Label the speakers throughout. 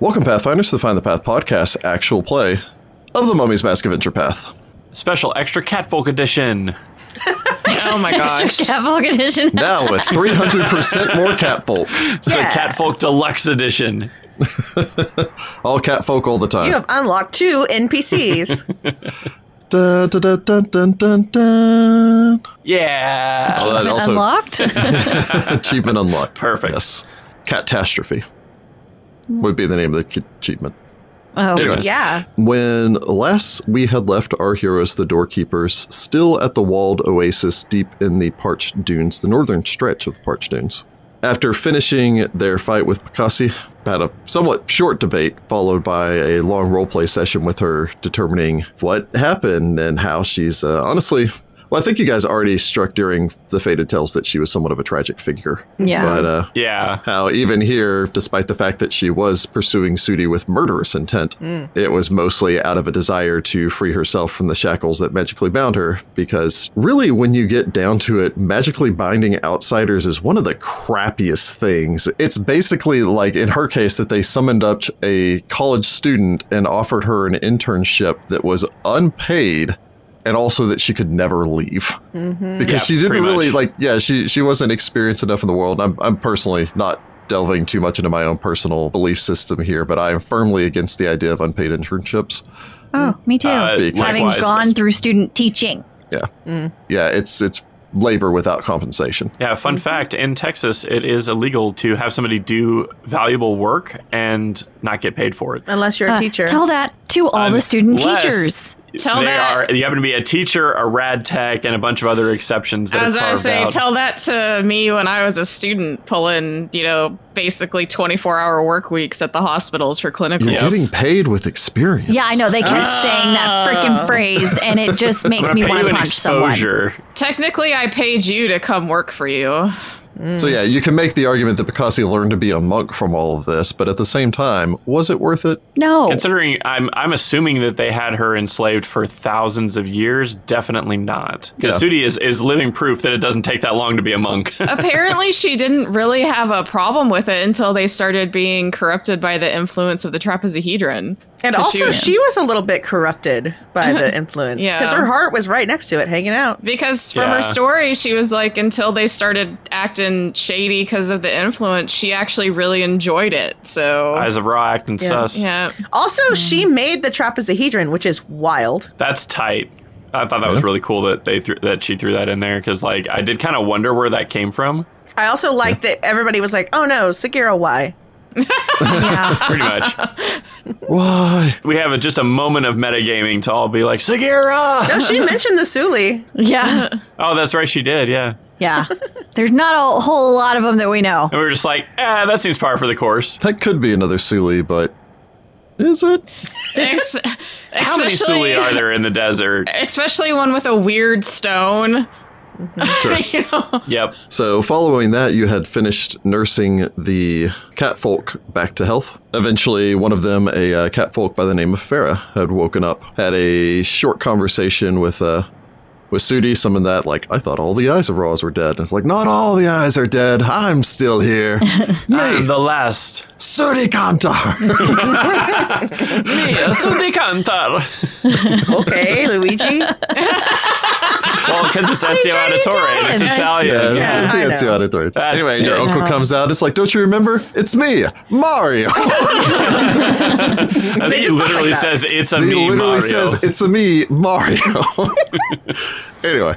Speaker 1: Welcome, Pathfinders, to the Find the Path podcast, actual play of The Mummy's Mask Adventure Path.
Speaker 2: Special extra catfolk edition.
Speaker 3: Oh my gosh.
Speaker 4: Extra catfolk edition.
Speaker 1: Now with 300% more catfolk.
Speaker 2: It's the catfolk deluxe edition.
Speaker 1: All catfolk all the
Speaker 3: You
Speaker 1: time.
Speaker 3: have unlocked two NPCs.
Speaker 1: Dun, dun, dun, dun, dun, dun, dun.
Speaker 2: Yeah.
Speaker 1: Oh, that also
Speaker 4: Unlocked?
Speaker 1: achievement unlocked.
Speaker 2: Perfect.
Speaker 1: Yes. Catastrophe would be the name of the c- achievement.
Speaker 4: Oh,
Speaker 2: Anyways.
Speaker 3: yeah.
Speaker 1: When last we had left our heroes, the doorkeepers, still at the walled oasis deep in the parched dunes, the northern stretch of the parched dunes. After finishing their fight with Picassi, had a somewhat short debate, followed by a long roleplay session with her, determining what happened and how she's uh, honestly. Well, I think you guys already struck during the Fated Tales that she was somewhat of a tragic figure.
Speaker 4: Yeah.
Speaker 1: But uh,
Speaker 2: Yeah.
Speaker 1: how even here, despite the fact that she was pursuing Sudi with murderous intent, it was mostly out of a desire to free herself from the shackles that magically bound her. Because really, when you get down to it, magically binding outsiders is one of the crappiest things. It's basically like in her case that they summoned up a college student and offered her an internship that was unpaid. And also that she could never leave
Speaker 4: Mm-hmm.
Speaker 1: because
Speaker 2: Yeah,
Speaker 1: she didn't
Speaker 2: pretty
Speaker 1: really
Speaker 2: much.
Speaker 1: like yeah she she wasn't experienced enough in the world I'm, I'm personally not delving too much into my own personal belief system here but i am firmly against the idea of unpaid internships
Speaker 4: oh, me too.
Speaker 2: Uh,
Speaker 4: Having
Speaker 2: likewise.
Speaker 4: gone through student teaching.
Speaker 1: yeah
Speaker 4: Mm.
Speaker 1: yeah it's it's labor without compensation
Speaker 2: Yeah, fun fact in Texas, it is illegal to have somebody do valuable work and not get paid for it.
Speaker 3: Unless you're a
Speaker 4: Uh,
Speaker 3: teacher.
Speaker 4: Tell that to all the student
Speaker 2: Unless
Speaker 4: teachers.
Speaker 3: Tell
Speaker 2: they
Speaker 3: that-
Speaker 2: Are, you happen to be a teacher, a rad tech, and a bunch of other exceptions that
Speaker 5: I was
Speaker 2: are
Speaker 5: about to
Speaker 2: carved
Speaker 5: say,
Speaker 2: out.
Speaker 5: tell that to me when I was a student pulling, you know, basically 24 hour work weeks at the hospitals for clinical.
Speaker 1: you're
Speaker 2: Yes.
Speaker 1: getting paid with experience
Speaker 4: Yeah, I know. They kept saying that freaking phrase, and it just makes
Speaker 2: I'm
Speaker 4: me
Speaker 2: gonna pay
Speaker 4: want
Speaker 2: you
Speaker 4: to
Speaker 2: an
Speaker 4: punch someone.
Speaker 2: exposure.
Speaker 5: Technically, I paid you to come work for you.
Speaker 1: so yeah you can make the argument that Picassi learned to be a monk from all of this but at the same time was it worth it
Speaker 4: No.
Speaker 5: Oh.
Speaker 2: Considering I'm I'm assuming that they had her enslaved for thousands of years, definitely not. Because
Speaker 1: Yeah.
Speaker 2: Sudi is, is living proof that it doesn't take that long to be a monk.
Speaker 5: Apparently, she didn't really have a problem with it until they started being corrupted by the influence of the trapezohedron.
Speaker 3: and
Speaker 5: 'Cause she
Speaker 3: also,
Speaker 5: was-
Speaker 3: she was a little bit corrupted by the influence.
Speaker 5: Yeah.
Speaker 3: Because her heart was right next to it, hanging out.
Speaker 5: Because from
Speaker 2: Yeah.
Speaker 5: her story, she was like, until they started acting shady because of the influence, she actually really enjoyed it. So,
Speaker 2: Eyes of Ra acting sus.
Speaker 5: yeah.
Speaker 3: Also,
Speaker 4: Mm.
Speaker 3: she made the trapezohedron, which is wild.
Speaker 2: That's tight. I thought that was really cool that they threw that she threw that in there because like I did kind of wonder where that came from.
Speaker 3: I also like that everybody was like, oh no, Sekiro, why?
Speaker 4: yeah.
Speaker 2: Pretty much,
Speaker 1: why
Speaker 2: we have a, just a moment of metagaming to all be like Segura.
Speaker 3: No, Oh, she mentioned the Suli.
Speaker 4: Yeah.
Speaker 2: Oh, that's right, she did. Yeah,
Speaker 4: Yeah. There's not a whole lot of them that we know.
Speaker 2: and we were just like, ah, that seems par for the course.
Speaker 1: that could be another suli but is it
Speaker 5: Ex-
Speaker 2: How many
Speaker 5: especially-
Speaker 2: Suli are there in the desert?
Speaker 5: Especially one with a weird stone.
Speaker 1: Sure.
Speaker 5: you know?
Speaker 2: Yep.
Speaker 1: So, following that, you had finished nursing the catfolk back to health. Eventually, one of them, a uh, catfolk by the name of Farah, had woken up, had a short conversation with uh, with Sudi, some of that, like, I thought all the eyes of Raws were dead. And it's like, not all the eyes are dead. I'm still here.
Speaker 2: I'm
Speaker 1: Me,
Speaker 2: the last.
Speaker 1: Sudi Kantar.
Speaker 2: Me, Sudi Kantar.
Speaker 3: Okay, Luigi.
Speaker 2: Well, because it's Ezio Auditore. It's
Speaker 4: times?
Speaker 2: Italian.
Speaker 1: Yeah, it's-
Speaker 3: Yeah,
Speaker 1: it's
Speaker 3: I
Speaker 1: the
Speaker 3: know.
Speaker 1: Ezio
Speaker 3: Uh-huh.
Speaker 1: Auditore.
Speaker 2: That's
Speaker 1: Anyway, your
Speaker 2: it.
Speaker 1: uncle comes out. It's like, don't you remember? It's me, Mario.
Speaker 2: I think he
Speaker 3: just look
Speaker 2: literally
Speaker 3: like that.
Speaker 2: says it's a
Speaker 1: He
Speaker 2: me,
Speaker 1: literally
Speaker 2: Mario.
Speaker 1: says, "It's a me, Mario." anyway,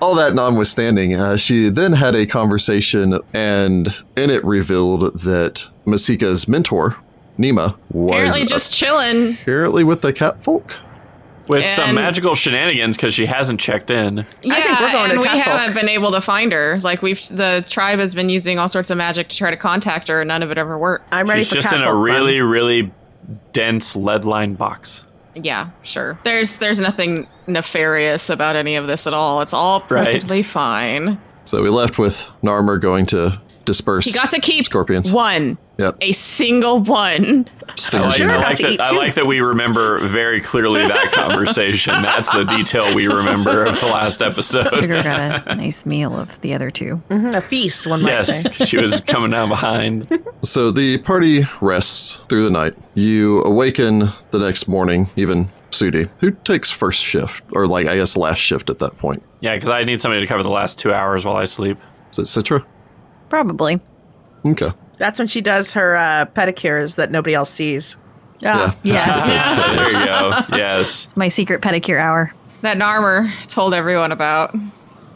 Speaker 1: all that notwithstanding, uh, she then had a conversation, and in it revealed that Masika's mentor, Nima, was
Speaker 5: Apparently just chilling.
Speaker 1: apparently with the catfolk.
Speaker 2: with some
Speaker 5: And-
Speaker 2: magical shenanigans because she hasn't checked in.
Speaker 5: Yeah,
Speaker 3: think we're going to
Speaker 5: and we
Speaker 3: Catfolk.
Speaker 5: haven't been able to find her. Like we've the tribe has been using all sorts of magic to try to contact her, and none of it ever worked.
Speaker 3: I'm ready
Speaker 2: She's
Speaker 3: for
Speaker 2: just in
Speaker 3: catfolk
Speaker 2: a
Speaker 3: fun.
Speaker 2: really, really dense lead line box.
Speaker 5: Yeah, sure. There's there's nothing nefarious about any of this at all. It's all
Speaker 2: Right.
Speaker 5: perfectly fine.
Speaker 1: So we left with Narmer going to disperse.
Speaker 5: He got to keep
Speaker 1: Scorpions.
Speaker 5: one,
Speaker 1: Yep.
Speaker 5: a single one.
Speaker 2: I
Speaker 1: stairs.
Speaker 2: like,
Speaker 1: you
Speaker 3: You're
Speaker 1: know.
Speaker 2: I
Speaker 3: about
Speaker 2: like
Speaker 3: to
Speaker 2: that,
Speaker 3: eat
Speaker 2: I
Speaker 3: too.
Speaker 2: like that we remember very clearly that conversation. That's the detail we remember of the last episode.
Speaker 4: Sugar got a nice meal of the other two.
Speaker 3: Mhm, a feast, one might
Speaker 2: Yes,
Speaker 3: say.
Speaker 2: she was coming down behind.
Speaker 1: So the party rests through the night. You awaken the next morning, even Sudi, who takes first shift, or like I guess last shift at that point.
Speaker 2: Yeah, because I need somebody to cover the last two hours while I sleep.
Speaker 1: Is it Citra?
Speaker 4: Probably.
Speaker 1: Okay.
Speaker 3: That's when she does her uh, pedicures that nobody else sees.
Speaker 4: Yeah.
Speaker 1: Yeah.
Speaker 4: Oh, Yes.
Speaker 2: there you go. Yes.
Speaker 4: It's my secret pedicure hour.
Speaker 5: That Narmer told everyone about.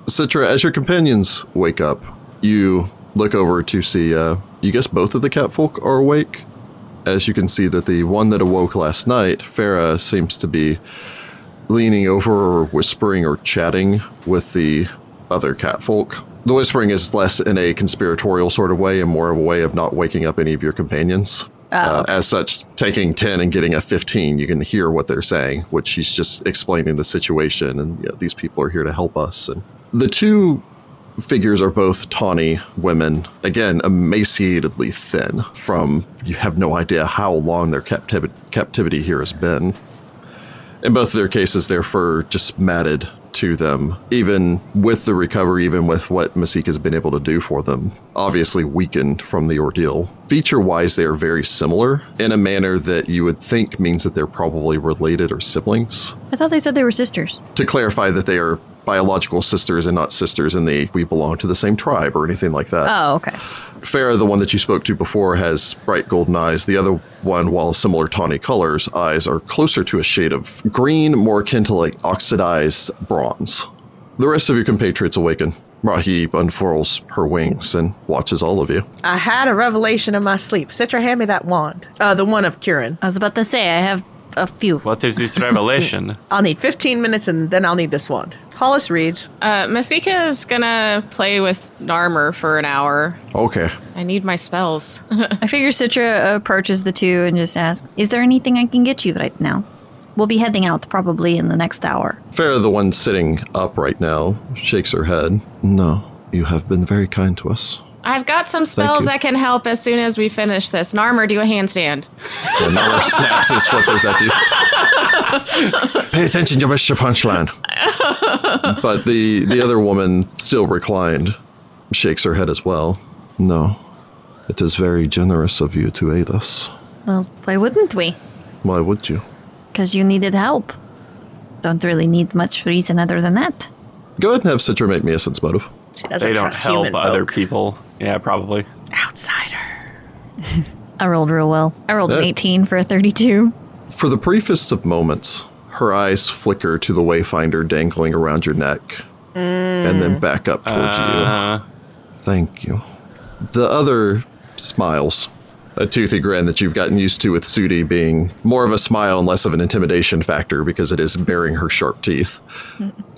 Speaker 1: Citra, as your companions wake up, you look over to see, uh, you guess both of the catfolk are awake. As you can see that the one that awoke last night, Farah, seems to be leaning over or whispering or chatting with the other catfolk. The whispering is less in a conspiratorial sort of way and more of a way of not waking up any of your companions. Uh, as such, taking 10 and getting a 15, you can hear what they're saying, which she's just explaining the situation and you know, these people are here to help us. And the two figures are both tawny women, again, emaciatedly thin from you have no idea how long their captiv- captivity here has been. In both of their cases, their fur just matted to them, even with the recovery, even with what Masika has been able to do for them. Obviously weakened from the ordeal. Feature wise, they are very similar in a manner that you would think means that they're probably related or siblings.
Speaker 4: I thought they said they were sisters.
Speaker 1: To clarify that they are biological sisters and not sisters in the we belong to the same tribe or anything like that.
Speaker 4: Oh, okay.
Speaker 1: Farah, the one that you spoke to before, has bright golden eyes. The other one, while similar tawny colors, eyes are closer to a shade of green, more akin to like oxidized bronze. The rest of your compatriots awaken. Rahib unfurls her wings and watches all of you.
Speaker 3: I had a revelation in my sleep. Citra, hand me that wand. Uh, the one of Kieran.
Speaker 4: I was about to say I have a few.
Speaker 2: What is this revelation?
Speaker 3: I'll need 15 minutes and then I'll need this wand. Hollis reads,
Speaker 5: Uh, Masika is gonna play with Narmer for an hour.
Speaker 1: Okay.
Speaker 5: I need my spells.
Speaker 4: I figure Citra approaches the two and just asks, "Is there anything I can get you right now? We'll be heading out probably in the next hour."
Speaker 1: Farah, the one sitting up right now, shakes her head. No, you have been very kind to us.
Speaker 5: I've got some spells
Speaker 1: you.
Speaker 5: that can help as soon as we finish this. Narmer, do a handstand.
Speaker 1: And Nala snaps his flippers at you. Pay attention, you missed your punchline. but the the other woman, still reclined, shakes her head as well. No, it is very generous of you to aid us.
Speaker 4: Well, why wouldn't we?
Speaker 1: Why would you?
Speaker 4: Because you needed help. Don't really need much reason other than that.
Speaker 1: Go ahead and have Citra make me a sense motive.
Speaker 3: She doesn't
Speaker 2: they don't
Speaker 3: trust
Speaker 2: help
Speaker 3: human
Speaker 2: other
Speaker 3: folk.
Speaker 2: people. Yeah, probably.
Speaker 3: Outsider.
Speaker 4: I rolled real well. I rolled an
Speaker 1: Yeah.
Speaker 4: 18 for a 32.
Speaker 1: For the briefest of moments, her eyes flicker to the wayfinder dangling around your neck, and then back up towards you.
Speaker 2: Uh,
Speaker 1: Thank you. The other smiles. A toothy grin that you've gotten used to with Sudi being more of a smile and less of an intimidation factor because it is baring her sharp teeth.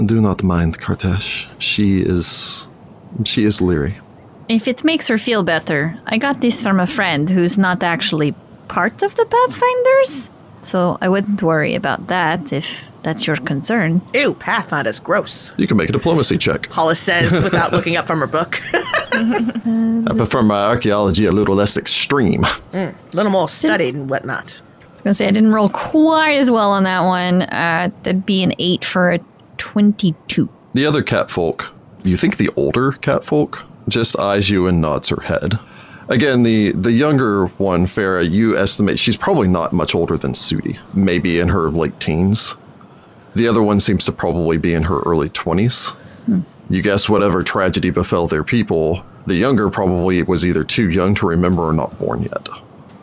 Speaker 1: Do not mind Kartesh. She is. She is leery.
Speaker 4: If it makes her feel better, I got this from a friend who's not actually part of the Pathfinders. So I wouldn't worry about that if that's your concern.
Speaker 3: Ew, Pathfinder's gross.
Speaker 1: You can make a diplomacy check.
Speaker 3: Hollis says without looking up from her book. A
Speaker 1: I prefer my archaeology a little less extreme.
Speaker 3: little more studied and whatnot.
Speaker 4: I was going to say I didn't roll quite as well on that one. Uh, that'd be an 8 for a 22.
Speaker 1: The other catfolk, you think the older catfolk, just eyes you and nods her head. Again, the the younger one, Farah, you estimate she's probably not much older than Sudi, maybe in her late teens. The other one seems to probably be in her early 20s. You guess whatever tragedy befell their people, the younger probably was either too young to remember or not born yet.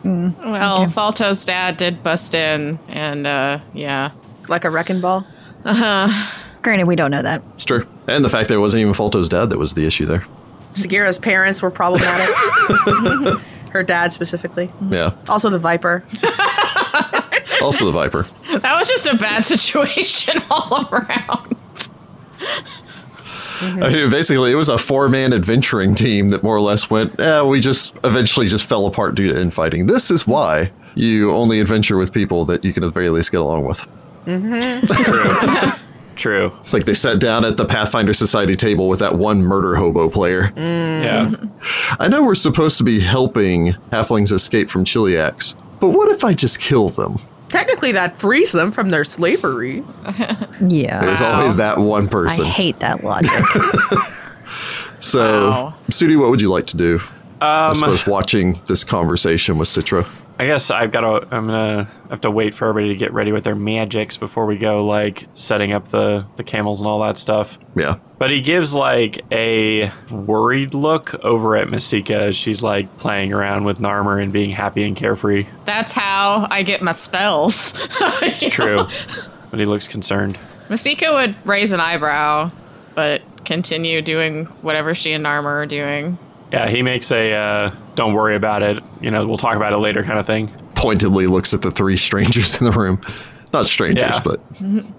Speaker 5: Well, Falto's dad did bust in, and uh, yeah.
Speaker 3: Like a wrecking ball.
Speaker 4: Granted, we don't know that.
Speaker 1: It's true. And the fact that it wasn't even Falto's dad that was the issue there.
Speaker 3: Sagira's parents were problematic. her dad specifically.
Speaker 1: Yeah.
Speaker 3: Also the Viper.
Speaker 1: Also the Viper.
Speaker 5: That was just a bad situation all around.
Speaker 1: I mean, basically, it was a four-man adventuring team that more or less went. Yeah, we just eventually just fell apart due to infighting. This is why you only adventure with people that you can at the very least get along with.
Speaker 2: true. true.
Speaker 1: It's like they sat down at the Pathfinder Society table with that one murder hobo player.
Speaker 4: Mm.
Speaker 2: Yeah. Mm-hmm.
Speaker 1: I know we're supposed to be helping halflings escape from Chiliacs, But what if I just kill them?
Speaker 3: Technically, that frees them from their slavery.
Speaker 4: Yeah.
Speaker 1: There's always that one
Speaker 4: I
Speaker 1: person.
Speaker 4: hate that logic.
Speaker 1: so,
Speaker 5: Wow.
Speaker 1: Sudi, what would you like to do?
Speaker 4: Um,
Speaker 1: I suppose watching this conversation with Citra.
Speaker 2: Um, I guess I've got to. I'm gonna have to wait for everybody to get ready with their magics before we go, like setting up the the camels and all that stuff.
Speaker 1: Yeah.
Speaker 2: But he gives like a worried look over at Masika as she's like playing around with Narmer and being happy and carefree.
Speaker 5: That's how I get my spells.
Speaker 2: It's true, but he looks concerned.
Speaker 5: Masika would raise an eyebrow, but continue doing whatever she and Narmer are doing.
Speaker 2: Yeah, he makes a uh, "Don't worry about it," you know, we'll talk about it later kind of thing.
Speaker 1: Pointedly looks at the three strangers in the room. Not strangers,
Speaker 2: Yeah.
Speaker 1: but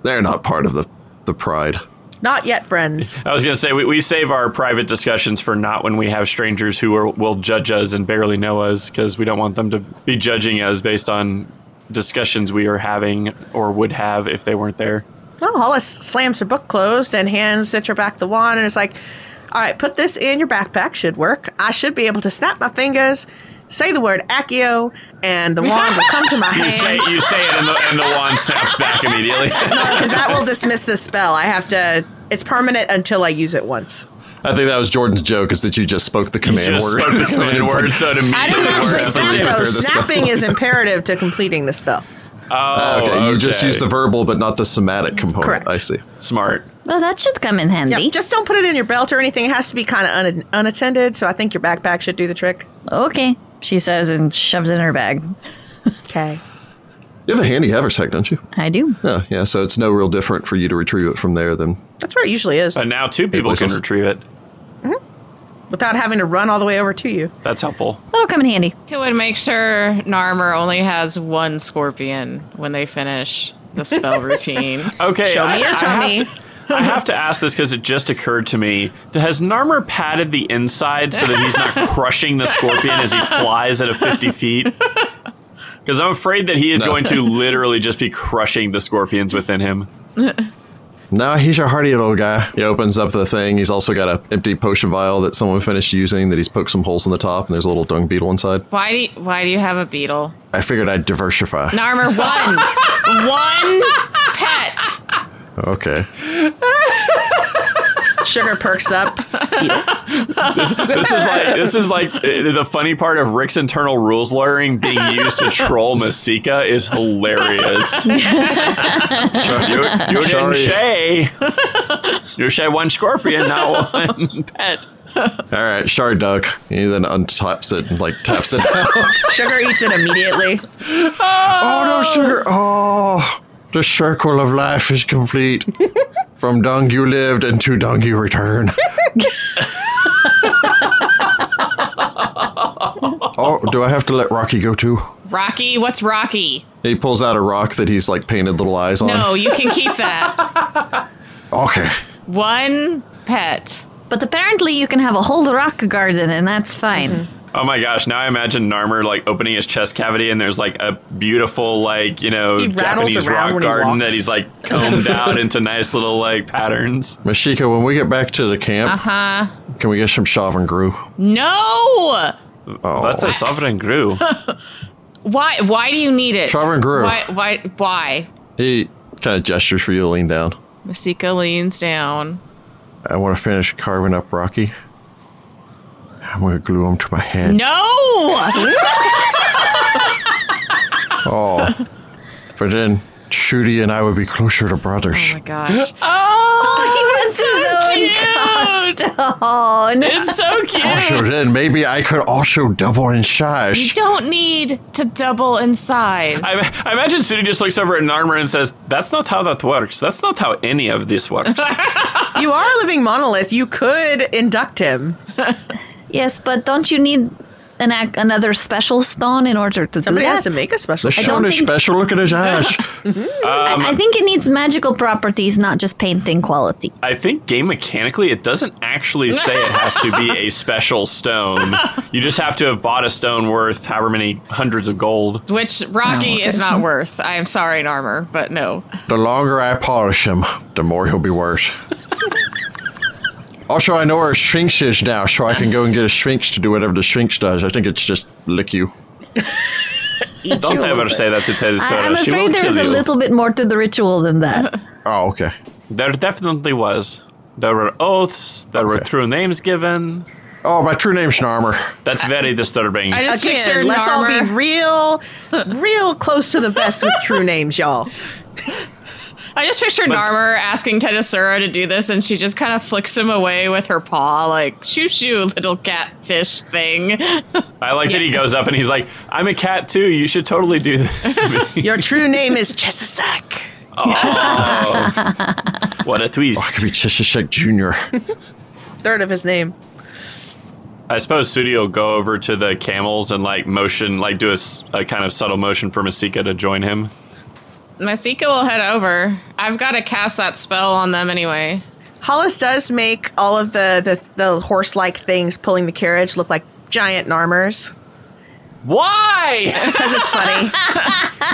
Speaker 1: they're not part of the, the pride.
Speaker 3: Not yet, friends.
Speaker 2: I was gonna say we, we save our private discussions for not when we have strangers who are, will judge us and barely know us because we don't want them to be judging us based on discussions we are having or would have if they weren't there.
Speaker 3: Well, Hollis slams her book closed and hands Citra back the wand and is like, All right, put this in your backpack. Should work. I should be able to snap my fingers, say the word Accio, and the wand will come to my
Speaker 2: You say
Speaker 3: hand.
Speaker 2: you say it, and the, and the wand snaps back immediately.
Speaker 3: Because that will dismiss this spell. I have to, it's permanent until I use it once.
Speaker 1: I think that was Jordan's joke is that you just spoke the
Speaker 2: You
Speaker 1: command
Speaker 2: just
Speaker 1: word.
Speaker 2: spoke the
Speaker 1: So
Speaker 2: command
Speaker 1: it's like-
Speaker 2: word, so it
Speaker 3: I didn't
Speaker 2: immediately
Speaker 3: actually
Speaker 2: works.
Speaker 3: snap
Speaker 1: Yeah,
Speaker 3: though.
Speaker 1: prepare the spell.
Speaker 3: Snapping is imperative to completing the spell.
Speaker 2: Oh,
Speaker 1: Ah, Okay, you just
Speaker 2: okay.
Speaker 1: used the verbal but not the somatic component.
Speaker 3: Correct.
Speaker 1: I see.
Speaker 2: smart.
Speaker 4: well, Oh, that should come in handy.
Speaker 3: Yeah, just don't put it in your belt or anything. It has to be kind of un- unattended. So I think your backpack should do the trick.
Speaker 4: okay, she says and shoves it in her bag.
Speaker 3: Okay.
Speaker 1: You have a handy haversack, don't you?
Speaker 4: I do.
Speaker 1: Yeah, yeah. So it's no real different for you to retrieve it from there than
Speaker 3: That's where it usually is
Speaker 2: But now two people can
Speaker 1: whistles.
Speaker 2: retrieve it.
Speaker 3: without having to run all the way over to you.
Speaker 2: That's helpful.
Speaker 4: That'll come in handy.
Speaker 5: It would make sure Narmer only has one scorpion when they finish the spell routine.
Speaker 2: Okay,
Speaker 3: Show
Speaker 2: I,
Speaker 3: me your
Speaker 2: I
Speaker 3: tummy.
Speaker 2: Have to, I have to ask this because it just occurred to me. Has Narmer padded the inside so that he's not crushing the scorpion as he flies at a 50 feet? Because I'm afraid that he is
Speaker 1: No.
Speaker 2: going to literally just be crushing the scorpions within him.
Speaker 1: No, he's a hardy little guy. He opens up the thing. He's also got a empty potion vial that someone finished using that he's poked some holes in the top, and there's a little dung beetle inside.
Speaker 5: Why do you, why do you have a beetle?
Speaker 1: I figured I'd diversify.
Speaker 5: Narmer one, one pet.
Speaker 1: Okay.
Speaker 3: Sugar perks up.
Speaker 2: This is like this is like uh, the funny part of Rick's internal rules lawyering being used to troll Masika is hilarious. you you didn't
Speaker 1: Sorry.
Speaker 2: shay. You shay one scorpion, not one pet.
Speaker 1: All right, shard duck. He then untaps it and like taps it out.
Speaker 3: Sugar eats it immediately.
Speaker 1: oh no, sugar! Oh, the circle of life is complete. From dung you lived, and to dung you return. oh, do I have to let Rocky go too?
Speaker 5: Rocky, what's Rocky?
Speaker 1: He pulls out a rock that he's like painted little eyes on.
Speaker 5: No, you can keep that.
Speaker 1: Okay.
Speaker 5: One pet.
Speaker 4: But apparently, you can have a whole rock garden, and that's fine.
Speaker 3: Mm-hmm.
Speaker 2: Oh my gosh! Now I imagine Narmer like opening his chest cavity, and there's like a beautiful like you know
Speaker 3: He rattles
Speaker 2: Japanese
Speaker 3: around
Speaker 2: rock
Speaker 3: when he
Speaker 2: garden that
Speaker 3: walks.
Speaker 2: he's like combed out into nice little like patterns.
Speaker 1: Mashika, when we get back to the camp,
Speaker 5: Huh?
Speaker 1: can we get some Chauvin Grew?
Speaker 5: No.
Speaker 1: Oh,
Speaker 2: That's a sovereign grew.
Speaker 5: Why? Why do you need it?
Speaker 1: Charmin grew.
Speaker 5: Why? Why? Why?
Speaker 1: he kind of gestures for you to lean down.
Speaker 5: Masika leans down.
Speaker 1: I want to finish carving up Rocky. I'm going to glue him to my head.
Speaker 5: No.
Speaker 1: Oh. but then Shudi and I would be closer to brothers.
Speaker 5: Oh my gosh. Oh,
Speaker 4: That's his own cobblestone.
Speaker 5: It's so cute.
Speaker 1: also, then maybe I could also double in
Speaker 5: You
Speaker 1: size.
Speaker 5: don't need to double in size.
Speaker 2: I, I imagine Sudi just looks over at Narmer and says, "That's not how that works. That's not how any of this works."
Speaker 3: You are a living monolith. You could induct him.
Speaker 4: Yes, but don't you need an ac- another special stone in order to
Speaker 3: Somebody
Speaker 4: do that?
Speaker 3: has to make a special.
Speaker 1: The
Speaker 3: spell.
Speaker 1: Sean is
Speaker 4: think-
Speaker 1: special. Look at his eyes.
Speaker 4: I I think it needs magical properties, not just painting quality.
Speaker 2: I think game mechanically, it doesn't actually say it has to be a special stone. You just have to have bought a stone worth however many hundreds of gold.
Speaker 5: Which Rocky is not worth. I am sorry, in armor, but no.
Speaker 1: The longer I polish him, the more he'll be worse. also, I know where a Sphinx is now, so I can go and get a Sphinx to do whatever the Sphinx does. I think it's just lick you.
Speaker 3: eat you
Speaker 2: Don't
Speaker 3: a
Speaker 2: ever
Speaker 3: little
Speaker 2: say
Speaker 3: bit.
Speaker 2: that to Teddy Soda.
Speaker 4: I, am
Speaker 2: she will
Speaker 4: afraid there's
Speaker 2: kill
Speaker 4: a
Speaker 2: you.
Speaker 4: little bit more to the ritual than that.
Speaker 1: Oh, okay.
Speaker 2: There definitely was. There were oaths. There were
Speaker 1: Okay.
Speaker 2: true names given.
Speaker 1: Oh, my true name's Schnarmer.
Speaker 2: That's very disturbing.
Speaker 5: I just
Speaker 3: Again,
Speaker 5: pictured
Speaker 3: let's all be
Speaker 5: Narmer.
Speaker 3: real, real close to the vest with true names, y'all.
Speaker 5: I just pictured Narmer asking Tenisura to do this, and she just kind of flicks him away with her paw, like "shoo shoo, little catfish thing."
Speaker 2: I like that he goes up and he's like, "I'm a cat too. You should totally do this to me."
Speaker 3: Your true name is Chesasack.
Speaker 2: what
Speaker 1: Oh,
Speaker 2: a
Speaker 1: I
Speaker 2: twist!
Speaker 1: could be Cheshire Jr.
Speaker 3: Third of his name.
Speaker 2: I suppose Sudi will go over to the camels and like motion, like do a, s- a kind of subtle motion for Masika to join him.
Speaker 5: Masika will head over. I've got to cast that spell on them anyway.
Speaker 3: Hollis does make all of the the, the horse like things pulling the carriage look like giant armors
Speaker 2: Why?
Speaker 3: because it's funny.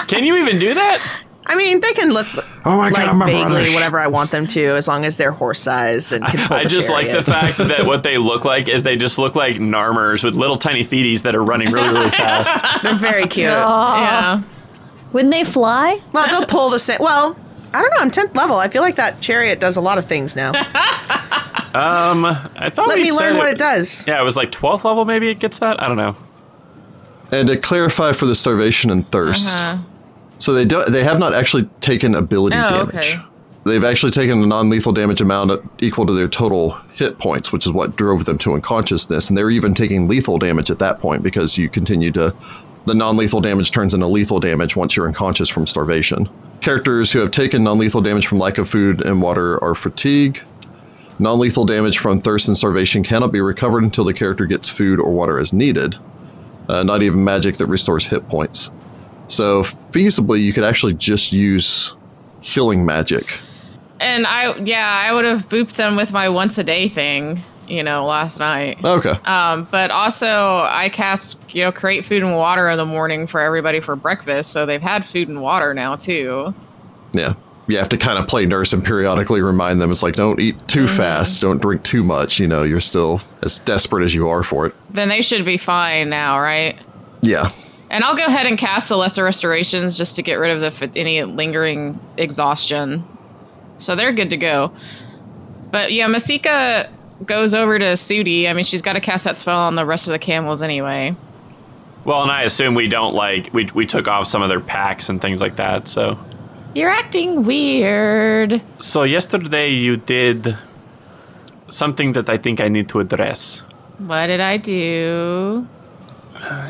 Speaker 2: Can you even do that?
Speaker 3: I mean, they can look
Speaker 1: Oh my
Speaker 3: like
Speaker 1: god, my
Speaker 3: vaguely
Speaker 1: brothers.
Speaker 3: whatever I want them to, as long as they're horse sized and can. Pull
Speaker 2: I just like the
Speaker 3: chariot.
Speaker 2: fact that what they look like is they just look like narmers with little tiny feeties that are running really, really fast.
Speaker 3: They're very cute.
Speaker 5: Yeah.
Speaker 4: Wouldn't they fly?
Speaker 3: Well, they'll pull the same. Well, I don't know. I'm tenth level. I feel like that chariot does a lot of things now.
Speaker 2: Um, I thought
Speaker 3: Let
Speaker 2: we
Speaker 3: me learn
Speaker 2: said
Speaker 3: what it does.
Speaker 2: Yeah, it was like 12th level. Maybe it gets that. I don't know.
Speaker 1: And to clarify for the starvation and thirst,
Speaker 5: Uh,
Speaker 1: so they don't they have not actually taken ability
Speaker 5: Oh,
Speaker 1: damage.
Speaker 5: okay.
Speaker 1: They've actually taken a non-lethal damage amount equal to their total hit points, which is what drove them to unconsciousness. And they're even taking lethal damage at that point because you continue to the non-lethal damage turns into lethal damage once you're unconscious from starvation. Characters who have taken non-lethal damage from lack of food and water are fatigued. Non-lethal damage from thirst and starvation cannot be recovered until the character gets food or water as needed. Uh, not even magic that restores hit points. So feasibly, you could actually just use healing magic.
Speaker 5: and I, yeah, I would have booped them with my once a day thing, you know, last night.
Speaker 1: Okay.
Speaker 3: Uh,
Speaker 5: Um, but also, I cast, you know, create food and water in the morning for everybody for breakfast. So they've had food and water now, too.
Speaker 1: yeah. You have to kind of play nurse and periodically remind them it's like, don't eat too
Speaker 3: Mm-hmm.
Speaker 1: fast, don't drink too much. You know, you're still as desperate as you are for it.
Speaker 5: Then they should be fine now, right?
Speaker 1: Yeah.
Speaker 5: And I'll go ahead and cast a lesser restorations just to get rid of the fa- any lingering exhaustion. So they're good to go. But yeah, Masika goes over to Sudi. I mean, she's got to cast that spell on the rest of the camels anyway.
Speaker 2: Well, and I assume we don't like we we took off some of their packs and things like that. So
Speaker 5: You're acting weird.
Speaker 2: so yesterday you did something that I think I need to address.
Speaker 5: What did I do?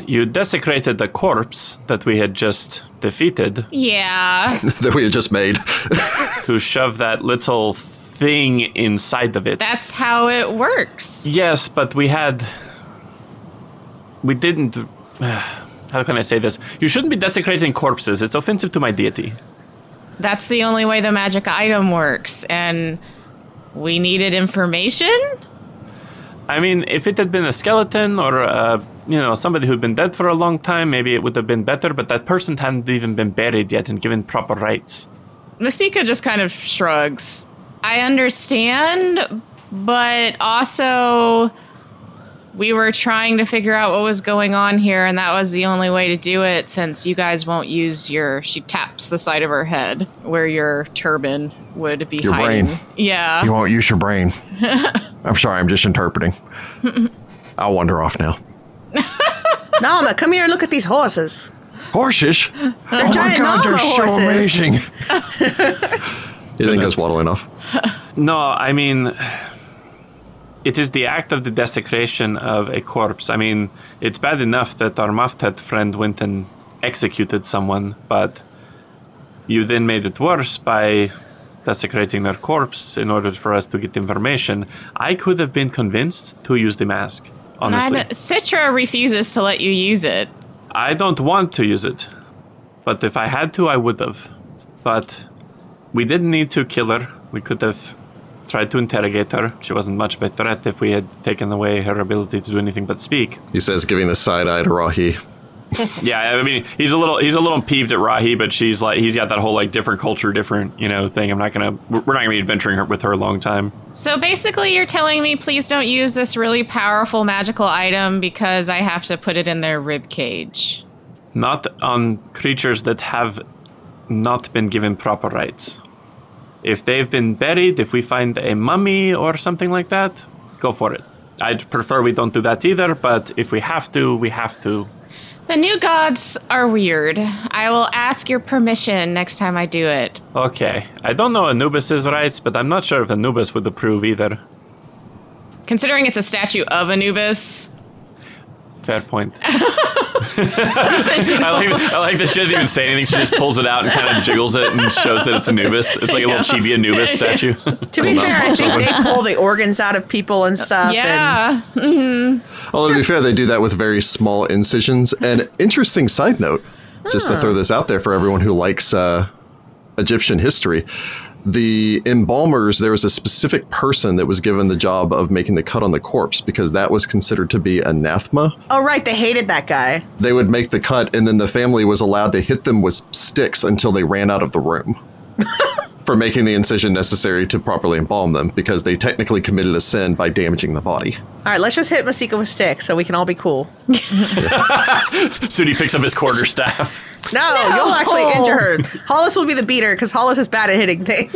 Speaker 2: You desecrated the corpse that we had just defeated
Speaker 5: Yeah.
Speaker 1: that we had just made.
Speaker 2: to shove that little thing inside of it.
Speaker 5: That's how it works.
Speaker 2: Yes, but we had. We didn't. how can I say this? You shouldn't be desecrating corpses. It's offensive to my deity.
Speaker 5: That's the only way the magic item works. And we needed information?
Speaker 2: I mean, if it had been a skeleton or uh, you know somebody who'd been dead for a long time, maybe it would have been better. But that person hadn't even been buried yet and given proper rights.
Speaker 5: Masika just kind of shrugs. I understand, but also we were trying to figure out what was going on here, and that was the only way to do it since you guys won't use your. She taps the side of her head where your turban would be
Speaker 1: Your
Speaker 5: hiding.
Speaker 1: brain.
Speaker 5: Yeah.
Speaker 1: you won't use your brain. I'm sorry, I'm just interpreting. I'll wander off now.
Speaker 3: Nama, come here and look at these horses.
Speaker 1: Horses? They're oh my
Speaker 3: giant
Speaker 1: god, they're
Speaker 3: llama
Speaker 1: so
Speaker 3: horses.
Speaker 1: amazing. You think
Speaker 2: Goodness.
Speaker 1: it's waddling off?
Speaker 2: No, I mean, it is the act of the desecration of a corpse. I mean, it's bad enough that our Maftet friend went and executed someone, but you then made it worse by desecrating their corpse in order for us to get information. I could have been convinced to use the mask, honestly.
Speaker 5: And Citra refuses to let you use it.
Speaker 2: I don't want to use it, but if I had to, I would have. But we didn't need to kill her. We could have tried to interrogate her. She wasn't much of a threat if we had taken away her ability to do anything but speak.
Speaker 1: He says, giving the side eye to Rahi.
Speaker 2: Yeah, I mean, he's a little he's a little peeved at Rahi, but she's like he's got that whole like different culture, different you know thing. I'm not gonna we're we're not gonna be adventuring her with her a long time.
Speaker 5: So basically, you're telling me please don't use this really powerful magical item because I have to put it in their rib cage.
Speaker 2: not on creatures that have not been given proper rights. If they've been buried, if we find a mummy or something like that, go for it. I'd prefer we don't do that either, but if we have to, we have to.
Speaker 5: The new gods are weird. I will ask your permission next time I do it.
Speaker 2: Okay, I don't know Anubis's rights, but I'm not sure if Anubis would approve either.
Speaker 5: Considering it's a statue of Anubis,
Speaker 2: Fair point. I, like, I like that she doesn't even say anything. She just pulls it out and kind of jiggles it and shows that it's Anubis. It's like a little chibi Anubis statue.
Speaker 3: To be fair, I think they pull the organs out of people and stuff. And
Speaker 5: yeah,
Speaker 1: Although to be fair, they do that with very small incisions. And interesting side note, just to throw this out there for everyone who likes uh, Egyptian history, the embalmers there was a specific person that was given the job of making the cut on the corpse because that was considered to be anathema.
Speaker 3: oh, right, they hated that guy.
Speaker 1: They would make the cut, and then the family was allowed to hit them with sticks until they ran out of the room. For making the incision necessary to properly embalm them, because they technically committed a sin by damaging the body.
Speaker 3: All right, let's just hit Masika with sticks so we can all be cool.
Speaker 2: Sudi picks up his quarter staff.
Speaker 3: No, you'll actually injure her. Hollis will be the beater because Hollis is bad at hitting things.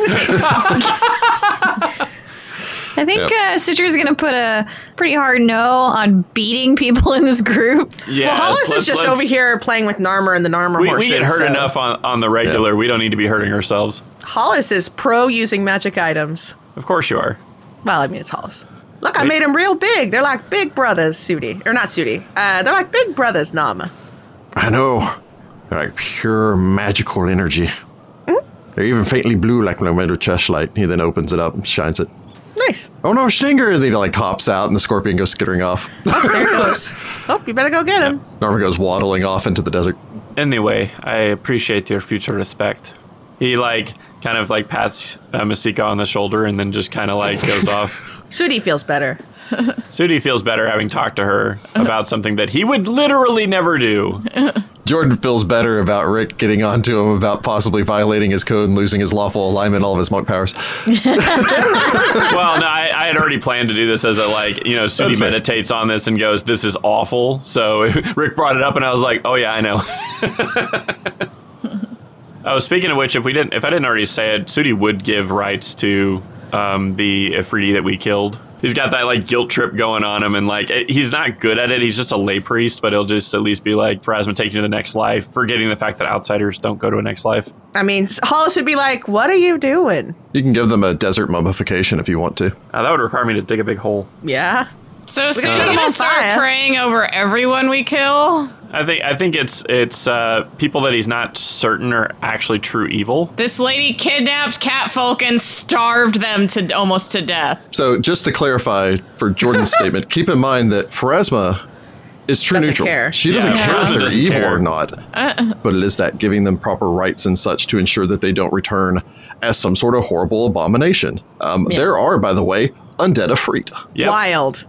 Speaker 4: I think
Speaker 1: Yep.
Speaker 4: uh, Citra's going to put a pretty hard no on beating people in this group.
Speaker 2: Yeah,
Speaker 3: well, Hollis is just over here playing with Narmer and the Narmer
Speaker 2: We, we
Speaker 3: horses.
Speaker 2: get hurt
Speaker 3: so-
Speaker 2: enough on, on the regular. We don't need to be hurting ourselves.
Speaker 3: Hollis is pro using magic items.
Speaker 2: Of course you are.
Speaker 3: Well, I mean, it's Hollis. Look, I made him real big. They're like big brothers, Sudi. Or not Sudi. Uh, they're like big brothers, Nama.
Speaker 1: I know. They're like pure magical energy. They're even faintly blue like an Omega chashlight. He then opens it up and shines it.
Speaker 3: Nice.
Speaker 1: Oh no, Stinger! And he like hops out and the scorpion goes skittering off.
Speaker 3: There he goes. oh, you better go get him.
Speaker 1: Norman goes waddling off into the desert.
Speaker 2: Anyway, I appreciate your future respect. He like kind of like pats uh, Masika on the shoulder and then just kind of like goes off.
Speaker 3: Sudi feels better.
Speaker 2: Sudi feels better having talked to her about something that he would literally never do.
Speaker 1: Jordan feels better about Rick getting onto him about possibly violating his code and losing his lawful alignment, all of his monk powers.
Speaker 2: well, no, I, I had already planned to do this as a like, you know, Sudi
Speaker 1: That's fair.
Speaker 2: meditates on this and goes, "This is awful." So Rick brought it up, and I was like, "Oh yeah, I know." oh, speaking of which, if we didn't, if I didn't already say it, Sudi would give rights to um, the Afridi that we killed. He's got that like guilt trip going on him, and like it- he's not good at it. He's just a lay priest, but he'll just at least be like, "Phrasma, take you to the next life," forgetting the fact that outsiders don't go to a next life.
Speaker 3: I mean, Hollis would be like, what are you doing?
Speaker 1: You can give them a desert mummification if you want to.
Speaker 2: Uh, that would require me to dig a big hole.
Speaker 3: Yeah.
Speaker 5: so soon
Speaker 3: set
Speaker 5: we
Speaker 3: him on
Speaker 5: gonna start
Speaker 3: fire.
Speaker 5: praying over everyone we kill.
Speaker 2: I think I think it's it's uh, people that he's not certain are actually true evil.
Speaker 5: This lady kidnapped catfolk and starved them to almost to death.
Speaker 1: So, just to clarify for Jordan's statement, keep in mind that Phrasma is true
Speaker 3: Doesn't
Speaker 1: neutral.
Speaker 3: care. Uh-uh.
Speaker 1: She doesn't
Speaker 2: Yeah,
Speaker 1: care if
Speaker 2: Phrasma
Speaker 1: they're
Speaker 2: doesn't
Speaker 1: evil
Speaker 2: care.
Speaker 1: or not. But it is that giving them proper rights and such to ensure that they don't return as some sort of horrible abomination. Um, There are, by the way, undead Afrit.
Speaker 2: Yep.
Speaker 3: Wild.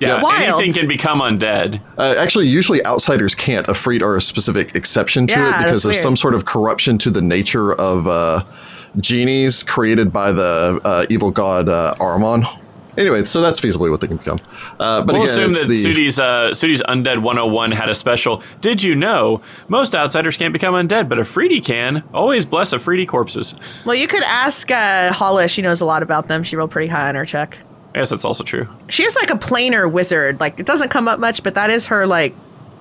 Speaker 2: Yeah,
Speaker 3: Wild.
Speaker 2: anything can become undead.
Speaker 1: Uh, actually, usually outsiders can't. Afrit are a specific exception to
Speaker 3: Yeah,
Speaker 1: it because
Speaker 3: that's
Speaker 1: of
Speaker 3: weird.
Speaker 1: some sort of corruption to the nature of uh, genies created by the uh, evil god uh, Armon. Anyway, so that's feasibly what they can become. Uh, but
Speaker 2: We'll
Speaker 1: again,
Speaker 2: assume
Speaker 1: it's
Speaker 2: that
Speaker 1: the,
Speaker 2: Sudi's uh, Sudi's Undead 101 had a special. Did you know most outsiders can't become undead, but Afridi can? Always bless Afridi corpses.
Speaker 3: Well, you could ask uh, Hollis. She knows a lot about them. She rolled pretty high on her check.
Speaker 2: I guess that's also true.
Speaker 3: She is like a planar wizard. Like, it doesn't come up much, but that is her, like,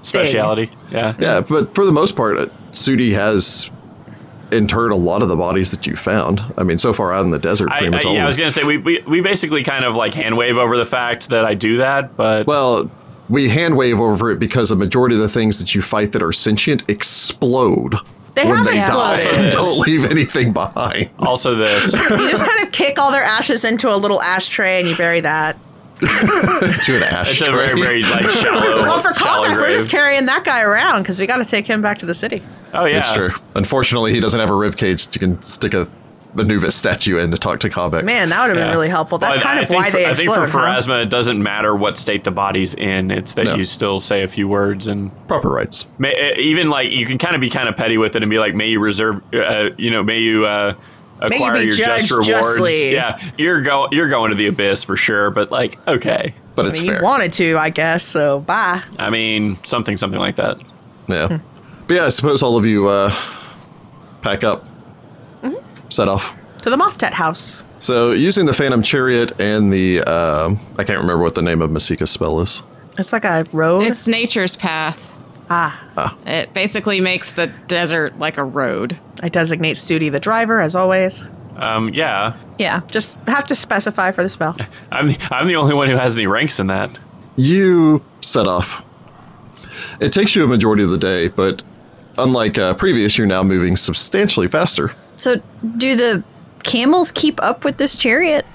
Speaker 2: Speciality. Yeah.
Speaker 1: Yeah, but for the most part, uh, Sudi has interred a lot of the bodies that you found. I mean, so far out in the desert,
Speaker 2: I,
Speaker 1: pretty much
Speaker 2: I,
Speaker 1: all.
Speaker 2: yeah, I
Speaker 1: of
Speaker 2: was
Speaker 1: them.
Speaker 2: gonna say we, we, we basically kind of like hand wave over the fact that I do that, but
Speaker 1: well, we hand wave over it because a majority of the things that you fight that are sentient explode.
Speaker 3: They
Speaker 1: when
Speaker 3: have
Speaker 1: they die,
Speaker 3: exploded.
Speaker 1: and
Speaker 2: Yes.
Speaker 1: don't leave anything behind.
Speaker 2: also this.
Speaker 3: You just kind of kick all their ashes into a little ashtray and you bury that.
Speaker 1: to an ash.
Speaker 2: It's a very very like shallow.
Speaker 3: Well, for
Speaker 2: shallow
Speaker 3: callback, we're
Speaker 2: grave.
Speaker 3: just carrying that guy around because we got to take him back to the city.
Speaker 2: oh yeah,
Speaker 1: It's true. Unfortunately, he doesn't have a rib cage you can stick a Anubis statue in to talk to Kobek.
Speaker 3: Man, that would have
Speaker 2: Yeah.
Speaker 3: been really helpful. That's
Speaker 2: Well,
Speaker 3: kind
Speaker 2: I
Speaker 3: of
Speaker 2: think
Speaker 3: why
Speaker 2: for,
Speaker 3: they
Speaker 2: I
Speaker 3: explode.
Speaker 2: think for
Speaker 3: huh?
Speaker 2: Pharasma, it doesn't matter what state the body's in. It's that
Speaker 1: No.
Speaker 2: you still say a few words and
Speaker 1: proper rights.
Speaker 2: may, eh, even like you can kind of be kind of petty with it and be like, may you reserve, uh, you know, may you. Uh,
Speaker 3: you
Speaker 2: Acquire
Speaker 3: be
Speaker 2: your just
Speaker 3: judged
Speaker 2: rewards.
Speaker 3: justly.
Speaker 2: Yeah, you're go you're going to the abyss for sure. But like, okay,
Speaker 1: But
Speaker 3: I
Speaker 1: it's
Speaker 3: mean, you
Speaker 1: fair.
Speaker 3: wanted to, I guess. So bye. Hmm.
Speaker 2: I mean something something like that.
Speaker 1: yeah. But yeah, I suppose all of you uh, pack up,
Speaker 3: Mm-hmm.
Speaker 1: set off.
Speaker 3: to the Moftet house.
Speaker 1: So using the Phantom Chariot and the um I can't remember what the name of Masika's spell is.
Speaker 3: It's like a road.
Speaker 5: It's nature's path.
Speaker 3: ah,
Speaker 5: It basically makes the desert like a road.
Speaker 3: I designate Studi the driver as always.
Speaker 2: Um, yeah,
Speaker 4: Yeah.
Speaker 3: Just have to specify for the spell.
Speaker 2: I'm the, I'm the only one who has any ranks in that.
Speaker 1: You set off. It takes you a majority of the day, but unlike uh, previous, you're now moving substantially faster.
Speaker 4: So do the camels keep up with this chariot?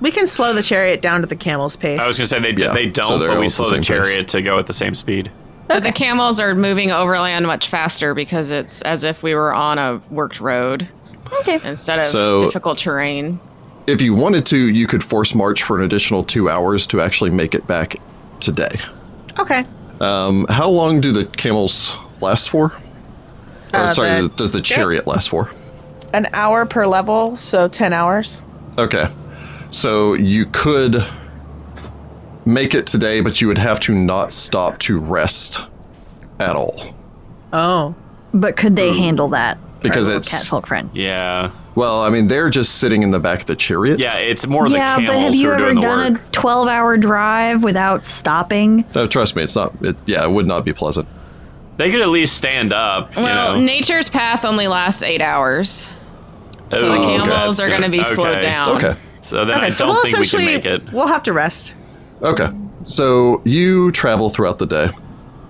Speaker 3: We can slow the chariot down to the camel's pace.
Speaker 2: I was gonna say they
Speaker 1: Yeah,
Speaker 2: they don't,
Speaker 1: so they're
Speaker 2: but we
Speaker 1: all at the
Speaker 2: slow the,
Speaker 1: same pace.
Speaker 2: chariot to go at the same speed.
Speaker 5: But the camels are moving overland much faster because it's as if we were on a worked road
Speaker 4: Okay.
Speaker 5: instead of
Speaker 1: So-
Speaker 5: difficult terrain.
Speaker 1: If you wanted to, you could force march for an additional two hours to actually make it back today.
Speaker 3: okay.
Speaker 1: Um, how long do the camels last for? Or,
Speaker 3: Uh,
Speaker 1: sorry,
Speaker 3: the-
Speaker 1: does the chariot last for?
Speaker 3: An hour per level, so 10 hours.
Speaker 1: Okay. So you could make it today, but you would have to not stop to rest at all.
Speaker 3: Oh.
Speaker 4: But could
Speaker 2: Hmm.
Speaker 4: they handle that?
Speaker 1: Because
Speaker 4: Our
Speaker 1: it's-
Speaker 4: cat folk friend.
Speaker 2: Yeah,
Speaker 1: Well, I mean, they're just sitting in the back of the chariot.
Speaker 2: yeah, it's more
Speaker 4: yeah,
Speaker 2: the
Speaker 4: but
Speaker 2: camels
Speaker 4: have you
Speaker 2: who are
Speaker 4: ever
Speaker 2: doing the
Speaker 4: done
Speaker 2: work.
Speaker 4: a 12 hour drive without stopping?
Speaker 1: No, trust me, it's not. It, yeah, it would not be pleasant.
Speaker 2: They could at least stand up. you
Speaker 5: Well,
Speaker 2: know.
Speaker 5: nature's path only lasts eight hours, so
Speaker 2: Oh,
Speaker 5: the
Speaker 2: okay.
Speaker 5: camels are
Speaker 2: That's
Speaker 5: going to be
Speaker 2: good.
Speaker 5: slowed
Speaker 2: Okay.
Speaker 5: down.
Speaker 1: Okay.
Speaker 2: So then I
Speaker 3: Okay,
Speaker 2: don't
Speaker 3: so we'll
Speaker 2: think we can
Speaker 3: essentially
Speaker 2: make it.
Speaker 3: we'll have to rest.
Speaker 1: Okay. So you travel throughout the day,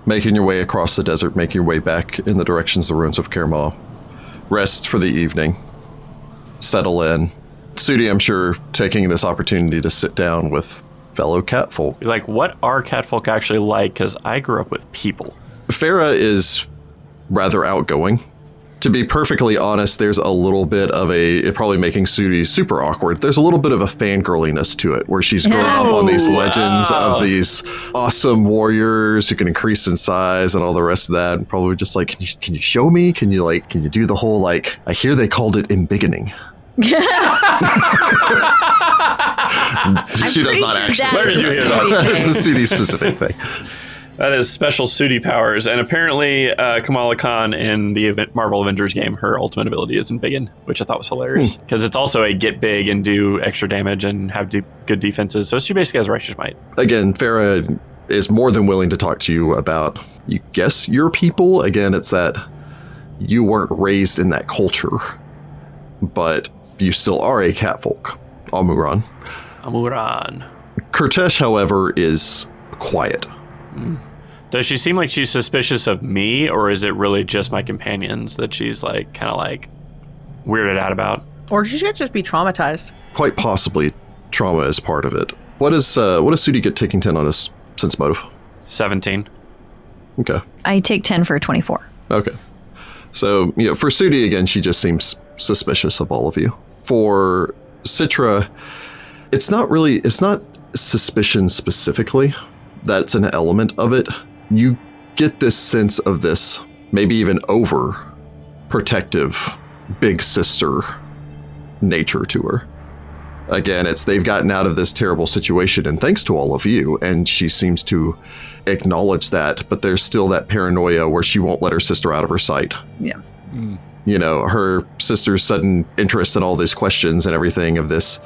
Speaker 1: making your way across the desert, making your way back in the directions of the ruins of Kermal. Rest for the evening. Settle in. Sudi, I'm sure, taking this opportunity to sit down with fellow catfolk.
Speaker 2: Be like, what are catfolk actually like? Because I grew up with people.
Speaker 1: Farah is rather outgoing. To be perfectly honest, there's a little bit of a it probably making Sudi super awkward. There's a little bit of a fangirliness to it, where she's grown up on these
Speaker 2: Oh,
Speaker 1: legends of these awesome warriors who can increase in size and all the rest of that, and probably just like, can you, can you show me? Can you like, can you do the whole like? I hear they called it embiggening. she does
Speaker 4: pretty
Speaker 1: not actually.
Speaker 4: sure that's
Speaker 2: Where did you hear
Speaker 4: the
Speaker 2: that?
Speaker 4: Sudi
Speaker 1: It's
Speaker 4: thing.
Speaker 1: a Sudi specific thing.
Speaker 2: That is special Sudi powers, and apparently uh, Kamala Khan in the event Marvel Avengers game, her ultimate ability is in Biggin, which I thought was hilarious because it's also a get big and do extra damage and have de- good defenses. So she basically has righteous might.
Speaker 1: again, Farah is more than willing to talk to you about, you guess, your people. Again, it's that you weren't raised in that culture, but you still are a catfolk, Amuran.
Speaker 2: Amuran.
Speaker 1: Kurtesh, however, is quiet.
Speaker 2: Does she seem like she's suspicious of me, or is it really just my companions that she's like kind of like weirded out about?
Speaker 3: Or she could just be traumatized.
Speaker 1: Quite possibly, trauma is part of it. What is uh, what does Sudi get taking ten on his sense motive?
Speaker 2: Seventeen.
Speaker 1: Okay,
Speaker 4: I take 10 for 24.
Speaker 1: okay. So you know, for Sudi again, she just seems suspicious of all of you. For Citra, it's not really it's not suspicion specifically that's an element of it you get this sense of this maybe even over protective big sister nature to her again it's they've gotten out of this terrible situation and thanks to all of you and she seems to acknowledge that but there's still that paranoia where she won't let her sister out of her sight
Speaker 4: Yeah.
Speaker 1: you know, her sister's sudden interest in all these questions and everything of this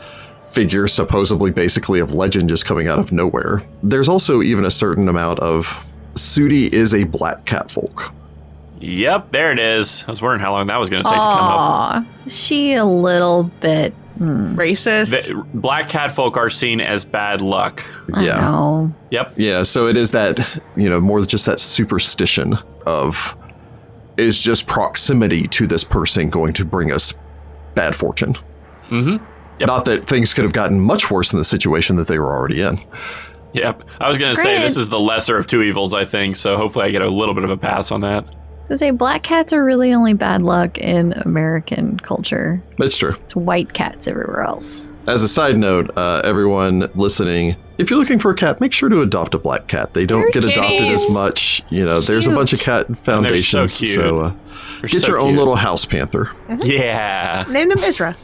Speaker 1: figure, supposedly basically of legend, just coming out of nowhere. There's also even a certain amount of Sudi is a black cat folk.
Speaker 2: Yep, there it is. I was wondering how long that was going to take to come up.
Speaker 4: Aw, she a little bit.
Speaker 3: Racist.
Speaker 2: The- black catfolk are seen as bad luck.
Speaker 4: I
Speaker 1: yeah.
Speaker 4: know.
Speaker 2: Yep.
Speaker 1: Yeah. So it is that, you know, more just that superstition of is just proximity to this person going to bring us bad fortune. Mm-hmm.
Speaker 2: Yep.
Speaker 1: Not that things could have gotten much worse in the situation that they were already in.
Speaker 2: Yep. I was going to say
Speaker 4: Granted-
Speaker 2: this is the lesser of two evils, I think. So hopefully I get a little bit of a pass on that.
Speaker 4: To say black cats are really only bad luck in American culture.
Speaker 1: That's true.
Speaker 4: It's white cats everywhere else.
Speaker 1: As a side note, uh, everyone listening, if you're looking for a cat, make sure to adopt a black cat. They don't
Speaker 5: They're
Speaker 1: get adopted
Speaker 5: kitties.
Speaker 1: as much. You know, there's a bunch of cat foundations.
Speaker 2: cute.
Speaker 1: uh,
Speaker 2: They're
Speaker 1: get
Speaker 2: so
Speaker 1: your own
Speaker 2: cute.
Speaker 1: little house panther.
Speaker 2: Yeah.
Speaker 3: Name them Isra.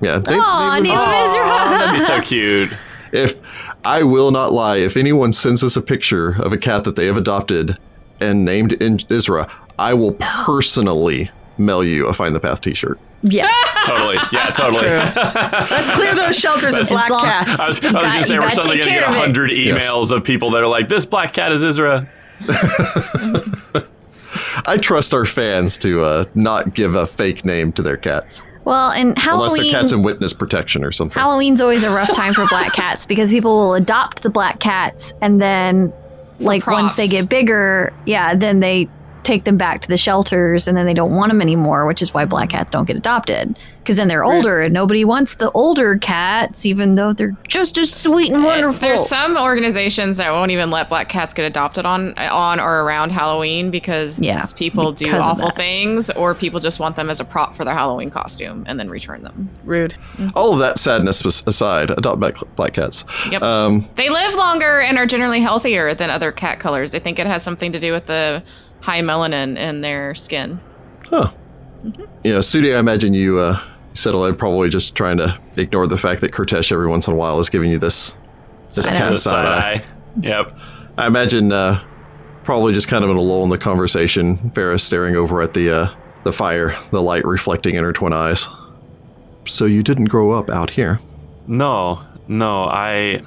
Speaker 1: Yeah. they-
Speaker 4: Aw,
Speaker 1: they would-
Speaker 4: Nina Mizra.
Speaker 2: That'd be so cute.
Speaker 1: if I will not lie, if anyone sends us a picture of a cat that they have adopted and named in Isra, I will personally mail you a Find the Path t shirt.
Speaker 4: Yes.
Speaker 2: Totally. Yeah, totally. I
Speaker 3: Let's clear those shelters of black
Speaker 4: long-
Speaker 3: cats.
Speaker 2: was, I was going
Speaker 4: gotta-
Speaker 2: to say,
Speaker 4: you
Speaker 2: we're
Speaker 4: gotta
Speaker 2: suddenly
Speaker 4: take
Speaker 2: going to get
Speaker 4: care of it.
Speaker 2: 100 emails of people that are like, this black cat is Isra.
Speaker 1: I trust our fans to uh, not give a fake name to their cats.
Speaker 4: Well, and
Speaker 1: Unless
Speaker 4: Halloween.
Speaker 1: they're cats in witness protection or something.
Speaker 4: Halloween's always a rough time for black cats because people will adopt the black cats and then, like,
Speaker 5: props.
Speaker 4: once they get bigger, yeah, then they take them back to the shelters and then they don't want them anymore, which is why black cats don't get adopted because then they're older and nobody wants the older cats, even though they're just as sweet and wonderful.
Speaker 5: There's some organizations that won't even let black cats get adopted on on or around Halloween because
Speaker 4: Yeah,
Speaker 5: people do
Speaker 4: because of
Speaker 5: awful
Speaker 4: that.
Speaker 5: things or people just want them as a prop for their Halloween costume and then return them.
Speaker 3: Rude.
Speaker 1: All of that sadness was aside, adopt black, black cats.
Speaker 5: Yep.
Speaker 1: Um,
Speaker 5: They live longer and are generally healthier than other cat colors. I think it has something to do with the high melanin in their skin.
Speaker 1: you know, Sudi, I imagine you uh, settle in probably just trying to ignore the fact that Kurtesh every once in a while is giving you this this
Speaker 4: Side eye.
Speaker 1: cat
Speaker 2: The
Speaker 1: side eye.
Speaker 2: side eye. Yep.
Speaker 1: I imagine uh, probably just kind of in a lull in the conversation. Varys staring over at the uh, the fire, the light reflecting in her twin eyes. So you didn't grow up out here.
Speaker 2: No, no, I.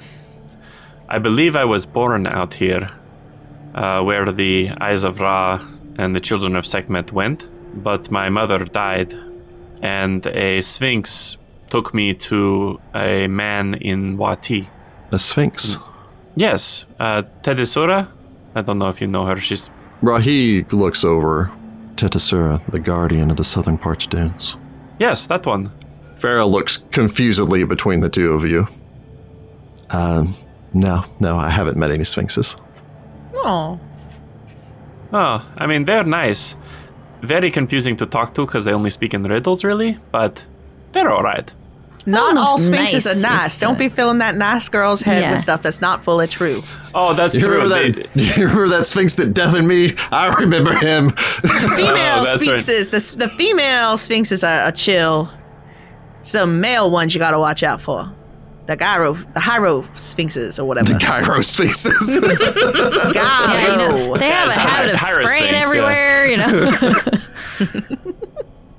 Speaker 2: I believe I was born out here, uh, where the Eyes of Ra and the Children of Sekhmet went, but my mother died, and a Sphinx took me to a man in Wati.
Speaker 1: The Sphinx.
Speaker 2: Yes, uh, Tedesura? I don't know if you know her. She's.
Speaker 1: Rahi looks over. Tetasura, the guardian of the southern parched dunes.
Speaker 2: Yes, that one.
Speaker 1: Farah looks confusedly between the two of you. Um, no, no, I haven't met any sphinxes.
Speaker 3: Oh,
Speaker 2: Oh, I mean, they're nice. Very confusing to talk to because they only speak in riddles, really, but they're alright.
Speaker 3: not
Speaker 4: know
Speaker 3: all
Speaker 4: if
Speaker 3: sphinxes
Speaker 4: nice
Speaker 3: are nice.
Speaker 4: is
Speaker 3: Don't
Speaker 4: the-
Speaker 3: be filling that nice girl's head
Speaker 4: Yeah.
Speaker 3: with stuff that's not fully true.
Speaker 2: Oh, that's
Speaker 1: You
Speaker 2: true.
Speaker 1: remember
Speaker 2: They-
Speaker 1: that? You remember that sphinx that death and me? I remember him.
Speaker 3: Female
Speaker 2: that's right.
Speaker 3: sphinxes. The, s- the female sphinxes are, are chill. It's the male ones you got to watch out for. The gyro, the hyro sphinxes or whatever.
Speaker 1: Cairo sphinxes.
Speaker 4: Yeah, you know,
Speaker 3: Gyro.
Speaker 4: they have
Speaker 2: it's
Speaker 4: a
Speaker 2: a
Speaker 4: habit of
Speaker 2: hy-
Speaker 4: spraying
Speaker 2: hyrosphinx, yeah.
Speaker 4: everywhere, you know.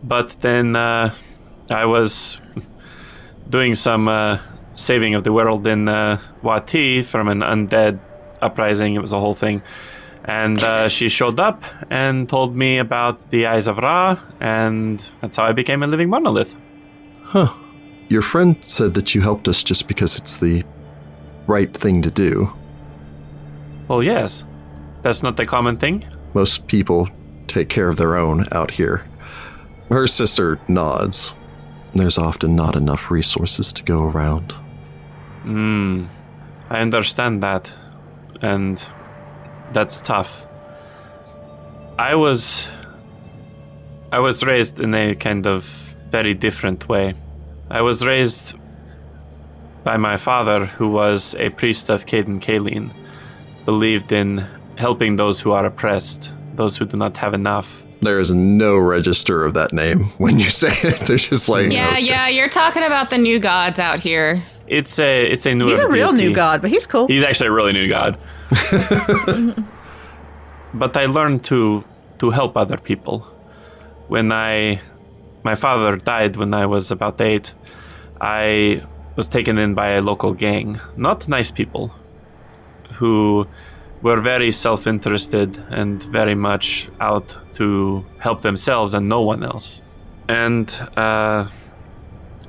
Speaker 2: but then uh, I was doing some uh, saving of the world in uh, Wati from an undead uprising. It was a whole thing. And uh, she showed up and told me about the Eyes of Ra, and that's how I became a living monolith.
Speaker 1: Your friend said that you helped us just because it's the right thing to do.
Speaker 2: Well, yes. That's not the common thing.
Speaker 1: Most people take care of their own out here. Her sister nods. There's often not enough resources to go around.
Speaker 2: I understand that, and that's tough. I was I was raised in a kind of very different way. I was raised by my father, who was a priest of Caden Kaelin, believed in helping those who are oppressed, those who do not have enough.
Speaker 1: There is no register of that name when you say it. There's just like
Speaker 5: Yeah,
Speaker 1: okay.
Speaker 5: yeah, you're talking about the new gods out here.
Speaker 2: It's a it's a new.
Speaker 3: He's a real new
Speaker 2: deity.
Speaker 3: god, but he's cool.
Speaker 2: He's actually a really new god. but I learned to to help other people. When I my father died when I was about 8, I was taken in by a local gang, not nice people who were very self-interested and very much out to help themselves and no one else. And uh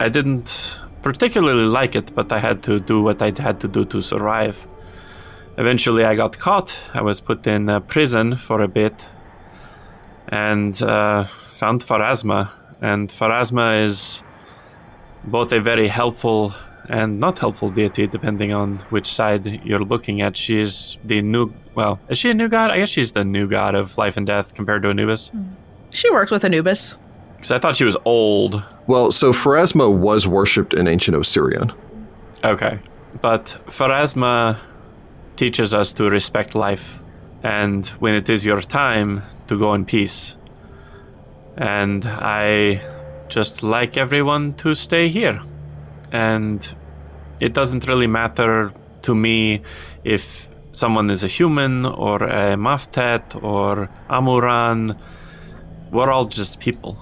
Speaker 2: I didn't particularly like it, but I had to do what I had to do to survive. Eventually, I got caught. I was put in uh, prison for a bit and uh, found Pharasma. And Pharasma is both a very helpful and not helpful deity, depending on which side you're looking at. She is the new, well, is she a new god? I guess she's the new god of life and death compared to Anubis.
Speaker 3: she works with Anubis.
Speaker 2: Because I thought she was old.
Speaker 1: Well, so Pharasma was worshipped in ancient Osirian.
Speaker 2: Okay. But Pharasma teaches us to respect life and when it is your time to go in peace. And I just like everyone to stay here. And it doesn't really matter to me if someone is a human or a Maftet or Amuran. We're all just people,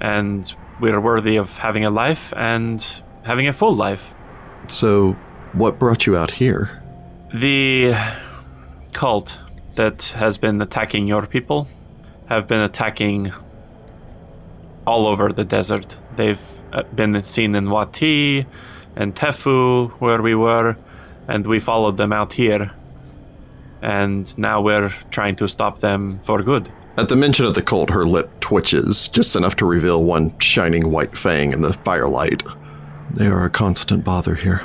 Speaker 2: and we're worthy of having a life and having a full life.
Speaker 1: So, what brought you out here?
Speaker 2: The cult that has been attacking your people have been attacking all over the desert. They've uh, been seen in Wati and Tefu, where we were, and we followed them out here. And now we're trying to stop them for good.
Speaker 1: At the mention of the cult, her lip twitches, just enough to reveal one shining white fang in the firelight. They are a constant bother here.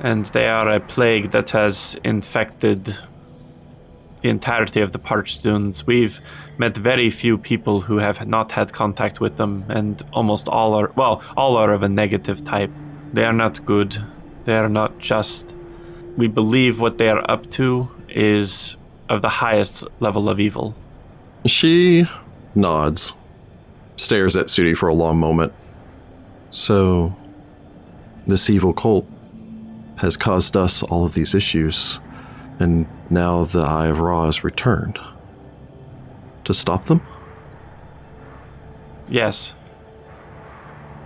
Speaker 2: And they are a plague that has infected the entirety of the parched dunes. We've met very few people who have not had contact with them, and almost all are well, all are of a negative type. They are not good. They are not just. We believe what they are up to is of the highest level of evil.
Speaker 1: She nods, stares at Sudi for a long moment. So, this evil cult has caused us all of these issues, and now the Eye of Ra is returned. To stop them?
Speaker 2: Yes,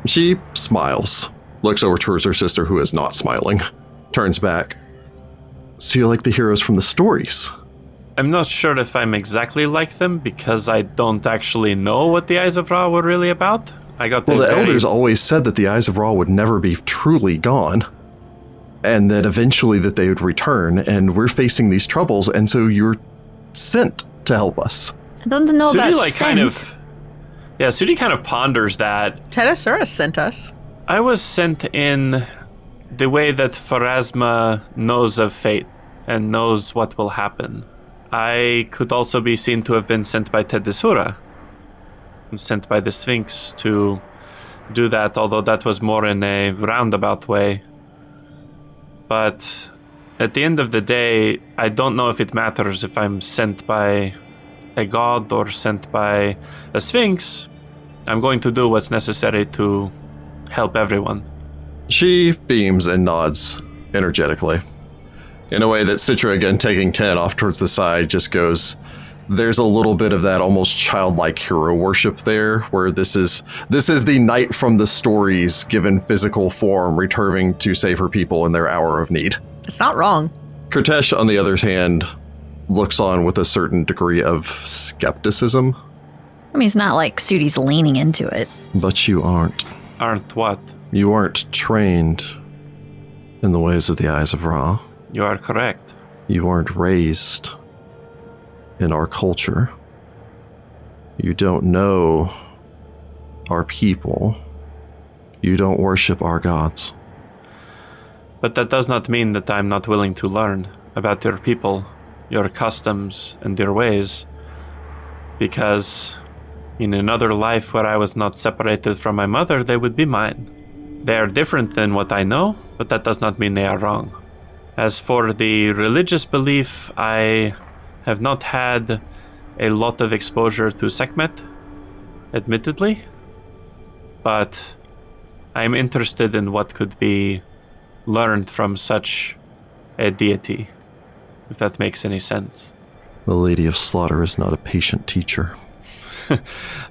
Speaker 1: She smiles, looks over towards her sister, who is not smiling, turns back. So, you like the heroes from the stories?
Speaker 2: I'm not sure if I'm exactly like them because I don't actually know what the Eyes of Ra were really about. I got
Speaker 1: Well,
Speaker 2: the
Speaker 1: the
Speaker 2: very-
Speaker 1: elders always said that the eyes of Ra would never be truly gone, and that eventually that they would return. And we're facing these troubles, and so you're sent to help us.
Speaker 4: I don't know
Speaker 2: Sudi
Speaker 4: about
Speaker 2: like
Speaker 4: scent.
Speaker 2: kind of Yeah, Sudi kind of ponders that.
Speaker 3: Tenosaurus sent us.
Speaker 2: I was sent in the way that Pharasma knows of fate and knows what will happen. I could also be seen to have been sent by Tedesura. I'm sent by the Sphinx to do that, although that was more in a roundabout way. But at the end of the day, I don't know if it matters if I'm sent by a god or sent by a sphinx. I'm going to do what's necessary to help everyone.
Speaker 1: She beams and nods energetically. In a way that Citra, again taking 10 off towards the side, just goes, there's a little bit of that almost childlike hero worship there, where this is this is the knight from the stories given physical form, returning to save her people in their hour of need.
Speaker 3: It's not wrong.
Speaker 1: Kurtesh, on the other hand, looks on with a certain degree of skepticism.
Speaker 4: I mean, it's not like Sudi's leaning into it.
Speaker 1: But you aren't.
Speaker 2: Aren't what?
Speaker 1: You aren't trained in the ways of the Eyes of Ra.
Speaker 2: You are correct.
Speaker 1: You aren't raised in our culture. You don't know our people. You don't worship our gods.
Speaker 2: But that does not mean that I'm not willing to learn about your people, your customs, and your ways. Because in another life where I was not separated from my mother, they would be mine. They are different than what I know, but that does not mean they are wrong. As for the religious belief, I have not had a lot of exposure to Sekhmet, admittedly, but I'm interested in what could be learned from such a deity, if that makes any sense.
Speaker 1: The Lady of Slaughter is not a patient teacher.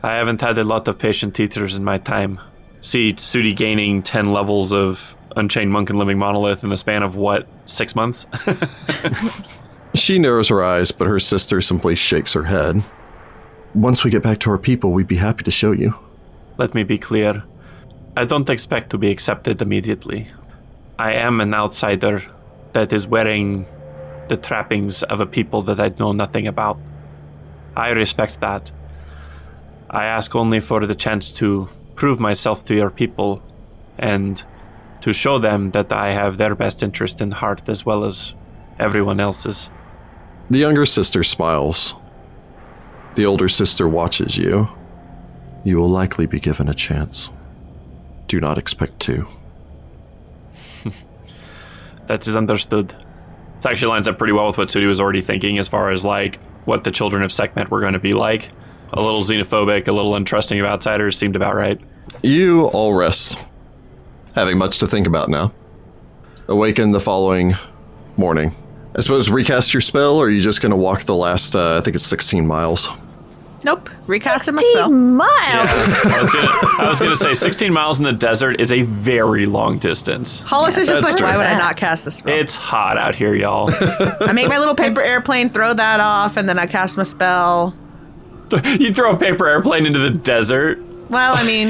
Speaker 2: I haven't had a lot of patient teachers in my time. See Sudi gaining 10 levels of Unchained Monk and Living Monolith in the span of what, six months?
Speaker 1: She narrows her eyes, but her sister simply shakes her head. Once we get back to our people, we'd be happy to show you.
Speaker 2: Let me be clear. I don't expect to be accepted immediately. I am an outsider that is wearing the trappings of a people that I know nothing about. I respect that. I ask only for the chance to prove myself to your people and to show them that I have their best interest in heart as well as everyone else's.
Speaker 1: The younger sister smiles. The older sister watches you. You will likely be given a chance. Do not expect to.
Speaker 2: That is understood. This actually lines up pretty well with what Sudi was already thinking as far as like what the children of Sekhmet were going to be like. A little xenophobic, a little untrusting of outsiders seemed about right.
Speaker 1: You all rest, having much to think about now. Awaken the following morning. I suppose recast your spell, or are you just going to walk the last, uh, I think it's 16 miles?
Speaker 3: Nope. Recasting my
Speaker 4: 16
Speaker 3: spell.
Speaker 4: miles.
Speaker 2: I was gonna- I was going to say 16 miles in the desert is a very long distance.
Speaker 3: Hollis is just
Speaker 1: that's
Speaker 3: like,
Speaker 1: true.
Speaker 3: why would I
Speaker 4: Yeah.
Speaker 3: not cast this spell?
Speaker 2: It's hot out here, y'all.
Speaker 3: I make my little paper airplane, throw that off, and then I cast my spell.
Speaker 2: you throw a paper airplane into the desert.
Speaker 3: Well, I mean,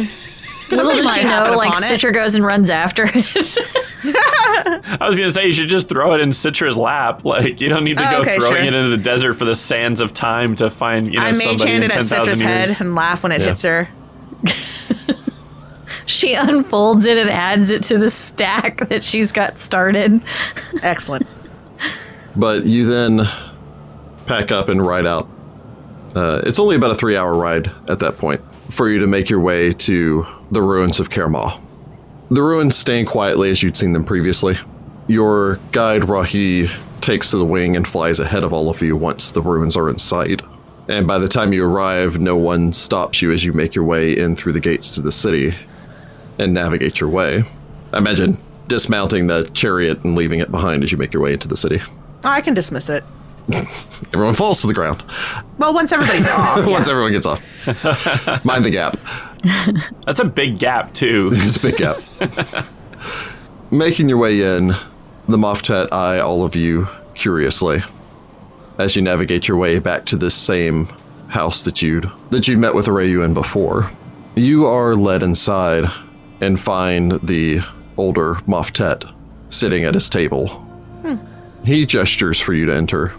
Speaker 4: Little
Speaker 3: something
Speaker 4: does
Speaker 3: might
Speaker 4: she
Speaker 3: happen
Speaker 4: know, like
Speaker 3: upon it.
Speaker 4: Citra goes and runs after it.
Speaker 2: I was going to say you should just throw it in Citra's lap. Like you don't need to
Speaker 3: Oh,
Speaker 2: go
Speaker 3: okay,
Speaker 2: throwing
Speaker 3: sure.
Speaker 2: it into the desert for the sands of time to find you know
Speaker 3: I mage
Speaker 2: somebody
Speaker 3: hand
Speaker 2: in
Speaker 3: it
Speaker 2: ten
Speaker 3: at Citra's
Speaker 2: thousand
Speaker 3: head
Speaker 2: years.
Speaker 3: and laugh when it
Speaker 1: Yeah.
Speaker 3: hits her.
Speaker 4: she unfolds it and adds it to the stack that she's got started.
Speaker 3: Excellent.
Speaker 1: But you then pack up and ride out. Uh, it's only about a three hour ride at that point for you to make your way to the ruins of Kermaw. The ruins stand quietly as you'd seen them previously. Your guide, Rahi, takes to the wing and flies ahead of all of you once the ruins are in sight. And by the time you arrive, no one stops you as you make your way in through the gates to the city and navigate your way. Imagine dismounting the chariot and leaving it behind as you make your way into the city.
Speaker 3: Oh, I can dismiss it.
Speaker 1: Everyone falls to the ground
Speaker 3: Well, once everybody's off.
Speaker 1: once everyone gets off. Mind the gap.
Speaker 2: That's a big gap too.
Speaker 1: It's a big gap. Making your way in, the Moftet eye all of you curiously as you navigate your way back to this same house that you'd that you met with Arayu in before. You are led inside and find the older Moftet sitting at his table. He gestures for you to enter.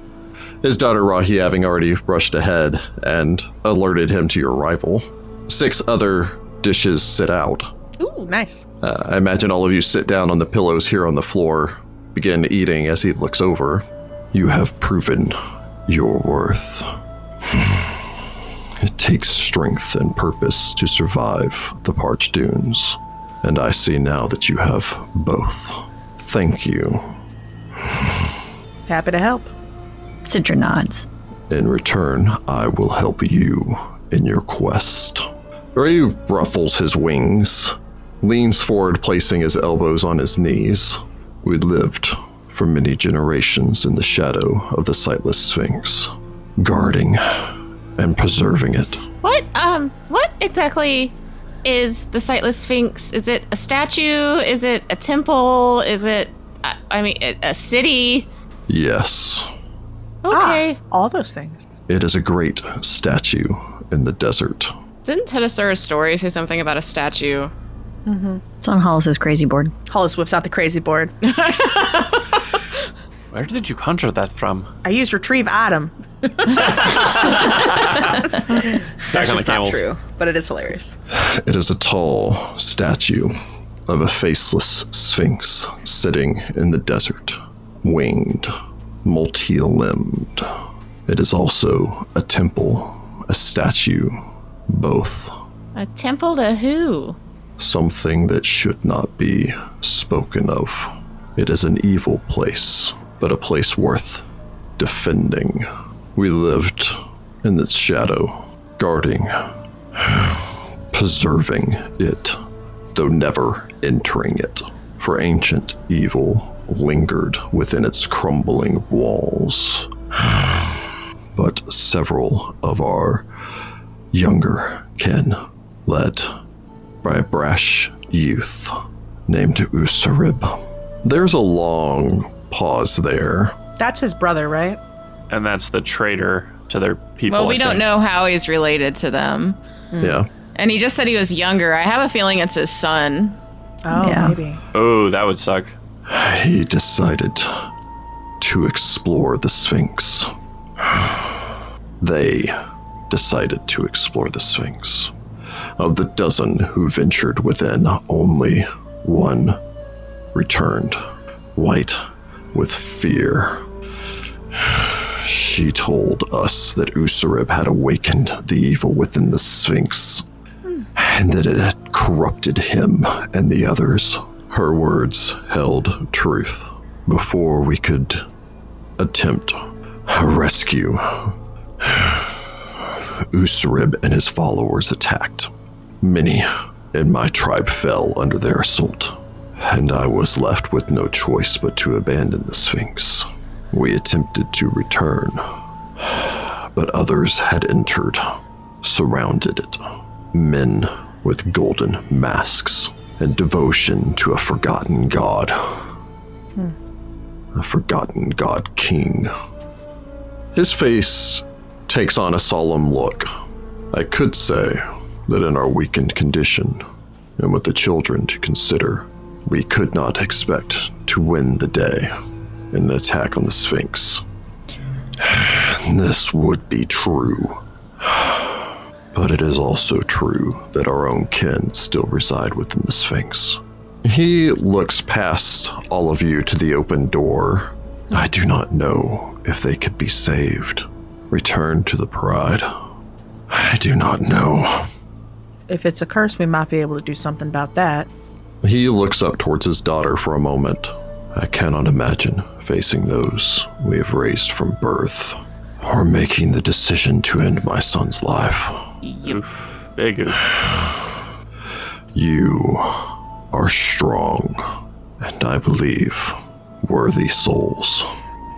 Speaker 1: His daughter Rahi having already rushed ahead and alerted him to your arrival. Six other dishes sit out.
Speaker 3: Ooh, nice.
Speaker 1: Uh, I imagine all of you sit down on the pillows here on the floor, begin eating as he looks over. You have proven your worth. It takes strength and purpose to survive the parched dunes, and I see now that you have both. Thank you.
Speaker 3: Happy to help.
Speaker 4: Citra nods.
Speaker 1: In return, I will help you in your quest. Rayu ruffles his wings, leans forward, placing his elbows on his knees. We lived for many generations in the shadow of the sightless Sphinx, guarding and preserving it.
Speaker 5: What um what exactly is the sightless sphinx? Is it a statue? Is it a temple? Is it I, I mean a, a city?
Speaker 1: Yes,
Speaker 5: Okay.
Speaker 3: Ah, all those things.
Speaker 1: it is a great statue in the desert.
Speaker 5: Didn't Tedasaurus story say something about a statue?
Speaker 4: It's on Hollis's crazy board.
Speaker 3: Hollis whips out the crazy board.
Speaker 2: Where did you conjure that from?
Speaker 3: I use retrieve item.
Speaker 2: Back on the
Speaker 3: It's not
Speaker 2: camels.
Speaker 3: true, but it is hilarious.
Speaker 1: It is a tall statue of a faceless sphinx sitting in the desert, winged, multi limbed. It is also a temple, a statue, both.
Speaker 5: A temple to who?
Speaker 1: Something that should not be spoken of. It is an evil place, but a place worth defending. We lived in its shadow, guarding, preserving it, though never entering it. For ancient evil lingered within its crumbling walls. But several of our younger kin led by a brash youth named Usarib. There's a long pause there.
Speaker 3: That's his brother, right?
Speaker 2: And that's the traitor to their people.
Speaker 5: Well, we
Speaker 2: I
Speaker 5: don't
Speaker 2: think.
Speaker 5: know how he's related to them.
Speaker 1: Yeah.
Speaker 5: And he just said he was younger. I have a feeling it's his son.
Speaker 3: Oh,
Speaker 4: Yeah.
Speaker 3: maybe.
Speaker 2: Oh, that would suck.
Speaker 1: He decided to explore the Sphinx. They decided to explore the Sphinx. Of the dozen who ventured within, only one returned, white with fear. She told us that Usurib had awakened the evil within the Sphinx and that it had corrupted him and the others. Her words held truth. Before we could attempt a rescue, Usarib and his followers attacked. Many in my tribe fell under their assault, and I was left with no choice but to abandon the Sphinx. We attempted to return, but others had entered, surrounded it. Men with golden masks and devotion to a forgotten god. A forgotten god king. His face takes on a solemn look. I could say that in our weakened condition, and with the children to consider, we could not expect to win the day in an attack on the Sphinx. This would be true. But it is also true that our own kin still reside within the Sphinx. He looks past all of you to the open door. I do not know if they could be saved. Return to the pride. I do not know.
Speaker 3: If it's a curse, we might be able to do something about that.
Speaker 1: He looks up towards his daughter for a moment. I cannot imagine facing those we have raised from birth, or making the decision to end my son's life.
Speaker 2: Oof. Big oof.
Speaker 1: You are strong, and I believe worthy souls.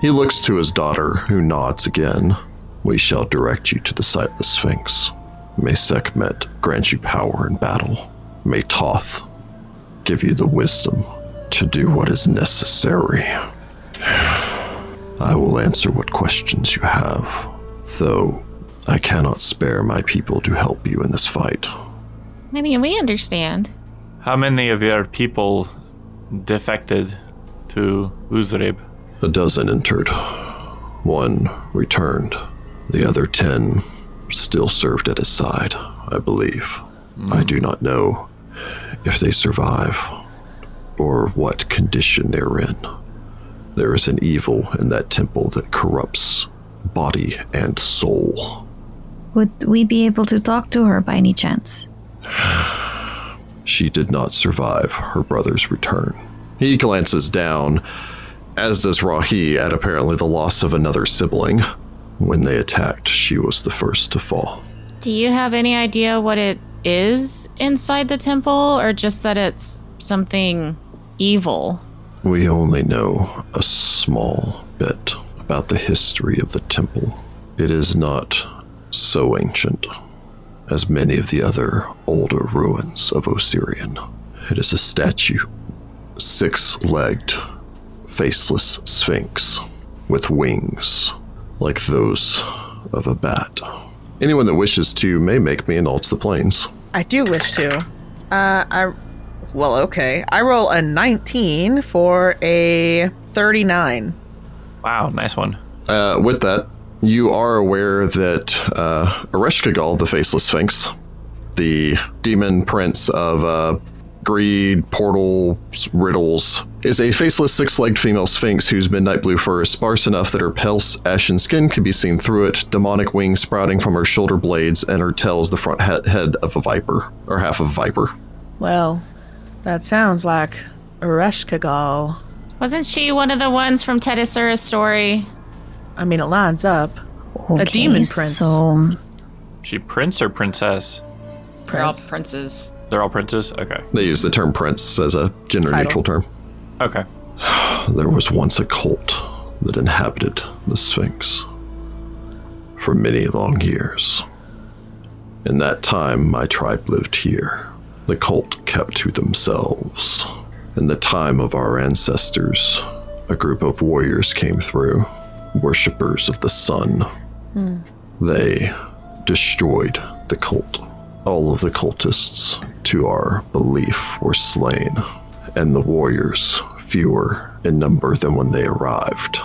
Speaker 1: He looks to his daughter, who nods again. We shall direct you to the site of the Sphinx. May Sekhmet grant you power in battle. May Toth give you the wisdom to do what is necessary. I will answer what questions you have, though I cannot spare my people to help you in this fight.
Speaker 5: I mean, we understand.
Speaker 2: How many of your people defected to Uzrib?
Speaker 1: A dozen entered. One returned. The other ten still served at his side, I believe. I do not know if they survive or what condition they're in. There is an evil in that temple that corrupts body and soul.
Speaker 4: Would we be able to talk to her by any chance?
Speaker 1: She did not survive her brother's return. He glances down, as does Rahi, at apparently the loss of another sibling. When they attacked, she was the first to fall.
Speaker 5: Do you have any idea what it is inside the temple, or just that it's something evil?
Speaker 1: We only know a small bit about the history of the temple. It is not so ancient as many of the other older ruins of Osirian. It is a statue, six legged, faceless sphinx with wings like those of a bat. Anyone that wishes to may make me an alt to the plains.
Speaker 3: I do wish to. Uh, I, well, okay. I roll a 19 for a 39.
Speaker 2: Wow, nice one.
Speaker 1: Uh, with that, you are aware that uh, Ereshkigal, the Faceless Sphinx, the demon prince of uh, greed, portals, riddles, is a faceless six legged female sphinx whose midnight blue fur is sparse enough that her pale ashen skin can be seen through it, demonic wings sprouting from her shoulder blades, and her tail is the front he- head of a viper, or half of a viper.
Speaker 3: Well, that sounds like Ereshkigal.
Speaker 5: Wasn't she one of the ones from Tedisura's story?
Speaker 3: I mean, it lines up.
Speaker 4: Okay,
Speaker 3: demon prince.
Speaker 4: So
Speaker 2: She prince or princess?
Speaker 5: They're all princes.
Speaker 2: They're all princes? Okay.
Speaker 1: They use the term prince as a gender neutral term.
Speaker 2: Okay.
Speaker 1: There was once a cult that inhabited the Sphinx for many long years. In that time, my tribe lived here. The cult kept to themselves. In the time of our ancestors, a group of warriors came through, worshippers of the sun. They destroyed the cult. All of the cultists, to our belief, were slain, and the warriors, fewer in number than when they arrived,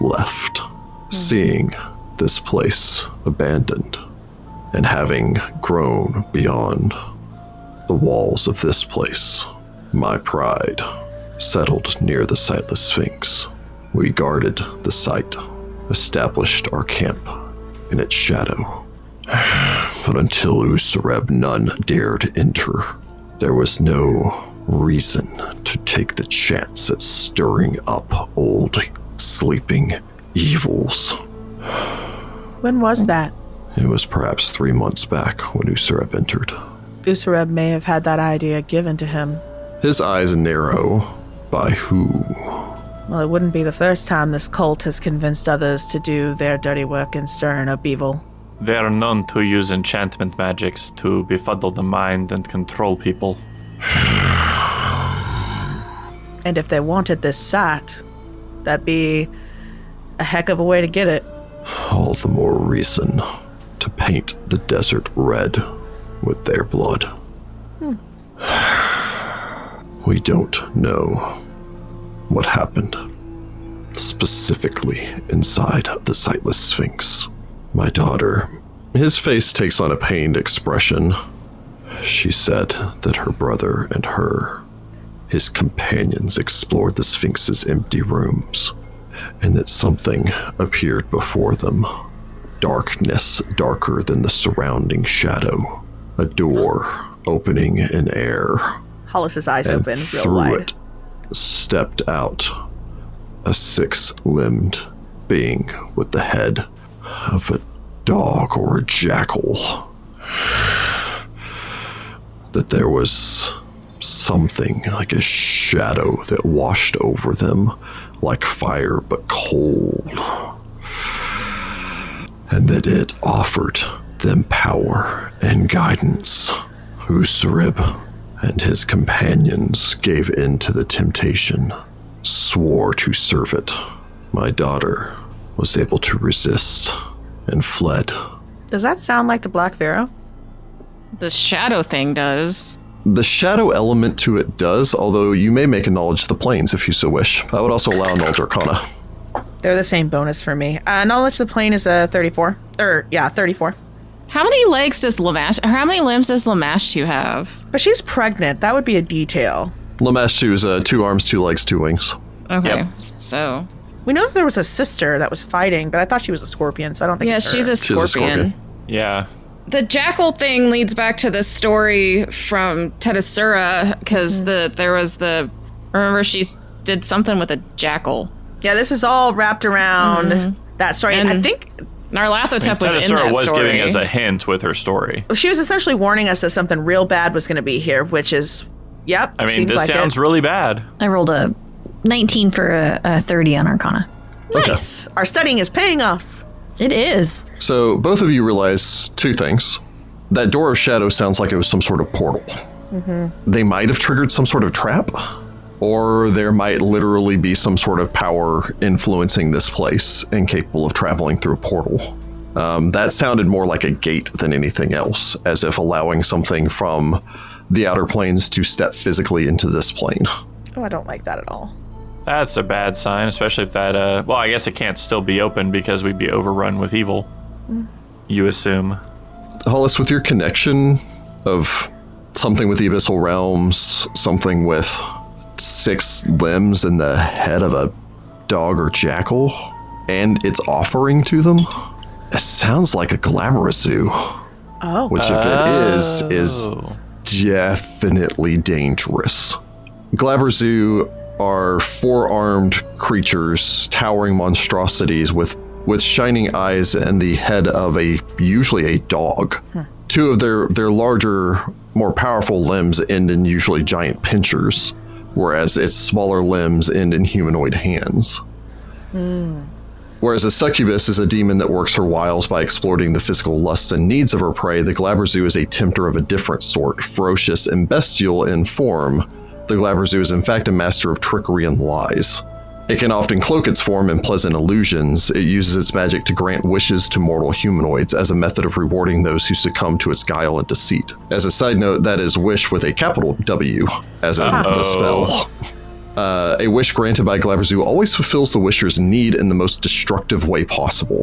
Speaker 1: left. Seeing this place abandoned, and having grown beyond the walls of this place, my pride settled near the sightless sphinx. We guarded the site, established our camp in its shadow. But until Usareb, none dared enter. There was no reason to take the chance at stirring up old, sleeping evils.
Speaker 3: When was that?
Speaker 1: It was perhaps three months back when Usareb entered.
Speaker 3: Usareb may have had that idea given to him.
Speaker 1: His eyes narrow. By who?
Speaker 3: Well, it wouldn't be the first time this cult has convinced others to do their dirty work and stirring up evil.
Speaker 2: They are known to use enchantment magics to befuddle the mind and control people.
Speaker 3: And if they wanted this site, that'd be a heck of a way to get it.
Speaker 1: All the more reason to paint the desert red with their blood. We don't know what happened specifically inside the sightless sphinx. My daughter, his face takes on a pained expression. She said that her brother and her, his companions, explored the sphinx's empty rooms and that something appeared before them. Darkness darker than the surrounding shadow. A door opening in air.
Speaker 3: Hollis's eyes open real
Speaker 1: Through
Speaker 3: wide.
Speaker 1: it stepped out a six limbed being with the head of a dog or a jackal. That there was something like a shadow that washed over them like fire but cold. And that it offered them power and guidance. Usarib and his companions gave in to the temptation, swore to serve it. My daughter was able to resist and fled.
Speaker 3: Does that sound like the Black Pharaoh?
Speaker 5: The shadow thing does.
Speaker 1: The shadow element to it does, although you may make a knowledge of the planes if you so wish. I would also allow an old arcana.
Speaker 3: They're the same bonus for me. Uh, knowledge of the plane is a 34. Or, yeah, 34.
Speaker 5: How many legs does Lamash? Or how many limbs does Lamash you have?
Speaker 3: But she's pregnant. That would be a detail.
Speaker 1: Lamash 2 is uh, two arms, two legs, two wings.
Speaker 5: Okay,
Speaker 2: Yep.
Speaker 5: so
Speaker 3: We know that there was a sister that was fighting, but I thought she was a scorpion, so I don't think
Speaker 5: yeah,
Speaker 3: it's
Speaker 5: she's
Speaker 3: her.
Speaker 5: a,
Speaker 1: She's a scorpion.
Speaker 5: scorpion.
Speaker 2: Yeah.
Speaker 5: The jackal thing leads back to the story from Tedasura because the there was the remember she did something with a jackal.
Speaker 3: Yeah, this is all wrapped around that story. And I
Speaker 5: Mm-hmm. And-
Speaker 3: think
Speaker 5: Narlathotep was in
Speaker 2: Tedasura
Speaker 5: that
Speaker 2: was
Speaker 5: story.
Speaker 2: giving us a hint with her story.
Speaker 3: she was essentially warning us that something real bad was going to be here, which is, yep.
Speaker 2: I mean,
Speaker 3: seems
Speaker 2: this
Speaker 3: like
Speaker 2: sounds
Speaker 3: it.
Speaker 2: really bad.
Speaker 4: I rolled a 19 for a, a 30 on Arcana.
Speaker 3: nice. Our studying is paying off.
Speaker 4: It is.
Speaker 1: So both of you realize two things. That door of shadow sounds like it was some sort of portal. They might have triggered some sort of trap, or there might literally be some sort of power influencing this place and capable of traveling through a portal. Um, that sounded more like a gate than anything else, as if allowing something from the outer planes to step physically into this plane.
Speaker 3: Oh, I don't like that at all.
Speaker 2: That's a bad sign, especially if that. Uh, well, I guess it can't still be open because we'd be overrun with evil. You assume.
Speaker 1: Hollis, with your connection of something with the abyssal realms, something with six limbs and the head of a dog or jackal, and its offering to them, it sounds like a glamorous zoo,
Speaker 3: Oh,
Speaker 1: which, if it is, is definitely dangerous. Glabrazoo are four-armed creatures, towering monstrosities with with shining eyes and the head of a usually a dog. Two of their their larger, more powerful limbs end in usually giant pinchers, whereas its smaller limbs end in humanoid hands. Whereas a succubus is a demon that works her wiles by exploiting the physical lusts and needs of her prey, the Glabrazoo is a tempter of a different sort, ferocious and bestial in form. The Glabrazoo is in fact a master of trickery and lies. It can often cloak its form in pleasant illusions. It uses its magic to grant wishes to mortal humanoids as a method of rewarding those who succumb to its guile and deceit. As a side note, that is wish with a capital W, as in the spell. Uh, a wish granted by Glabrazoo always fulfills the wisher's need in the most destructive way possible,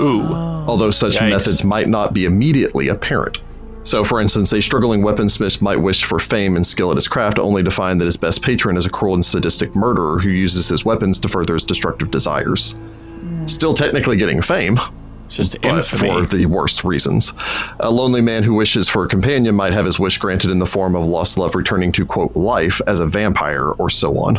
Speaker 2: Ooh.
Speaker 1: although such
Speaker 2: Yikes.
Speaker 1: methods might not be immediately apparent. So, for instance, a struggling weaponsmith might wish for fame and skill at his craft, only to find that his best patron is a cruel and sadistic murderer who uses his weapons to further his destructive desires. Still technically getting fame,
Speaker 2: It's just
Speaker 1: but
Speaker 2: infamy.
Speaker 1: for the worst reasons. A lonely man who wishes for a companion might have his wish granted in the form of lost love returning to, quote, life as a vampire or so on.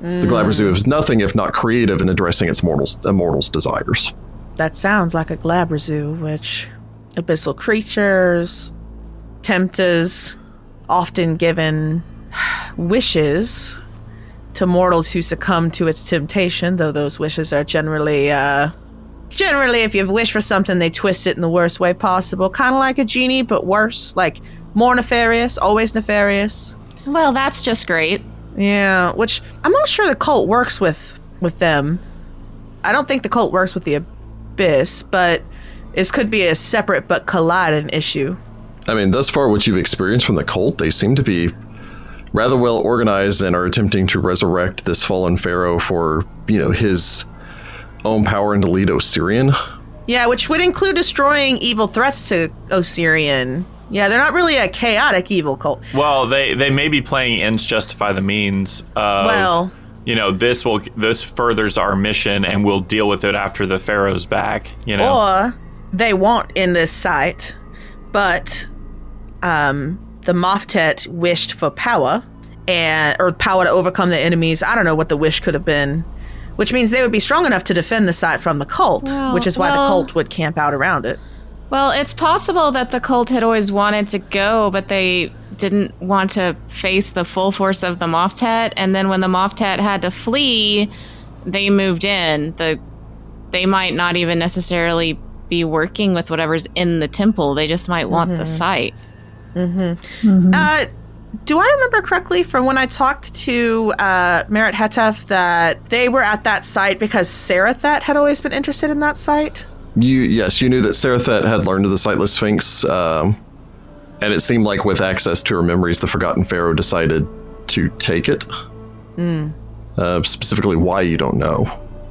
Speaker 1: The Glabrazoo is nothing if not creative in addressing its mortals, immortals' desires.
Speaker 3: that sounds like a Glabrazoo, which abyssal creatures, tempters, often given wishes to mortals who succumb to its temptation, though those wishes are generally, uh, generally, if you wish for something, they twist it in the worst way possible. Kind of like a genie, but worse. Like more nefarious, always nefarious.
Speaker 5: Well, that's just great.
Speaker 3: Yeah, which I'm not sure the cult works with with them. I don't think the cult works with the abyss, but this could be a separate but colliding issue.
Speaker 1: I mean, thus far, what you've experienced from the cult, they seem to be rather well organized and are attempting to resurrect this fallen pharaoh for, you know, his own power and to lead Osirian.
Speaker 3: Yeah, which would include destroying evil threats to Osirian. Yeah, they're not really a chaotic evil cult.
Speaker 2: Well, they they may be playing ends justify the means. Of,
Speaker 3: Well-
Speaker 2: you know, this will this furthers our mission, and we'll deal with it after the pharaoh's back. You know,
Speaker 3: Or they won't in this site, but um, the Moftet wished for power and or power to overcome the enemies. I don't know what the wish could have been, which means they would be strong enough to defend the site from the cult,
Speaker 5: Well,
Speaker 3: which is why the
Speaker 5: well-
Speaker 3: cult would camp out around it.
Speaker 5: Well, it's possible that the cult had always wanted to go, but they didn't want to face the full force of the Moftet. And then when the Moftet had to flee, they moved in. The they might not even necessarily be working with whatever's in the temple. They just might want the site. Mm.
Speaker 3: Uh, do I remember correctly from when I talked to uh, Merit Hetef that they were at that site because Sarathat had always been interested in that site?
Speaker 1: You, yes, you knew that Sarathet had learned of the Sightless Sphinx, um, and it seemed like with access to her memories, the Forgotten Pharaoh decided to take it. Uh, specifically, why you don't know.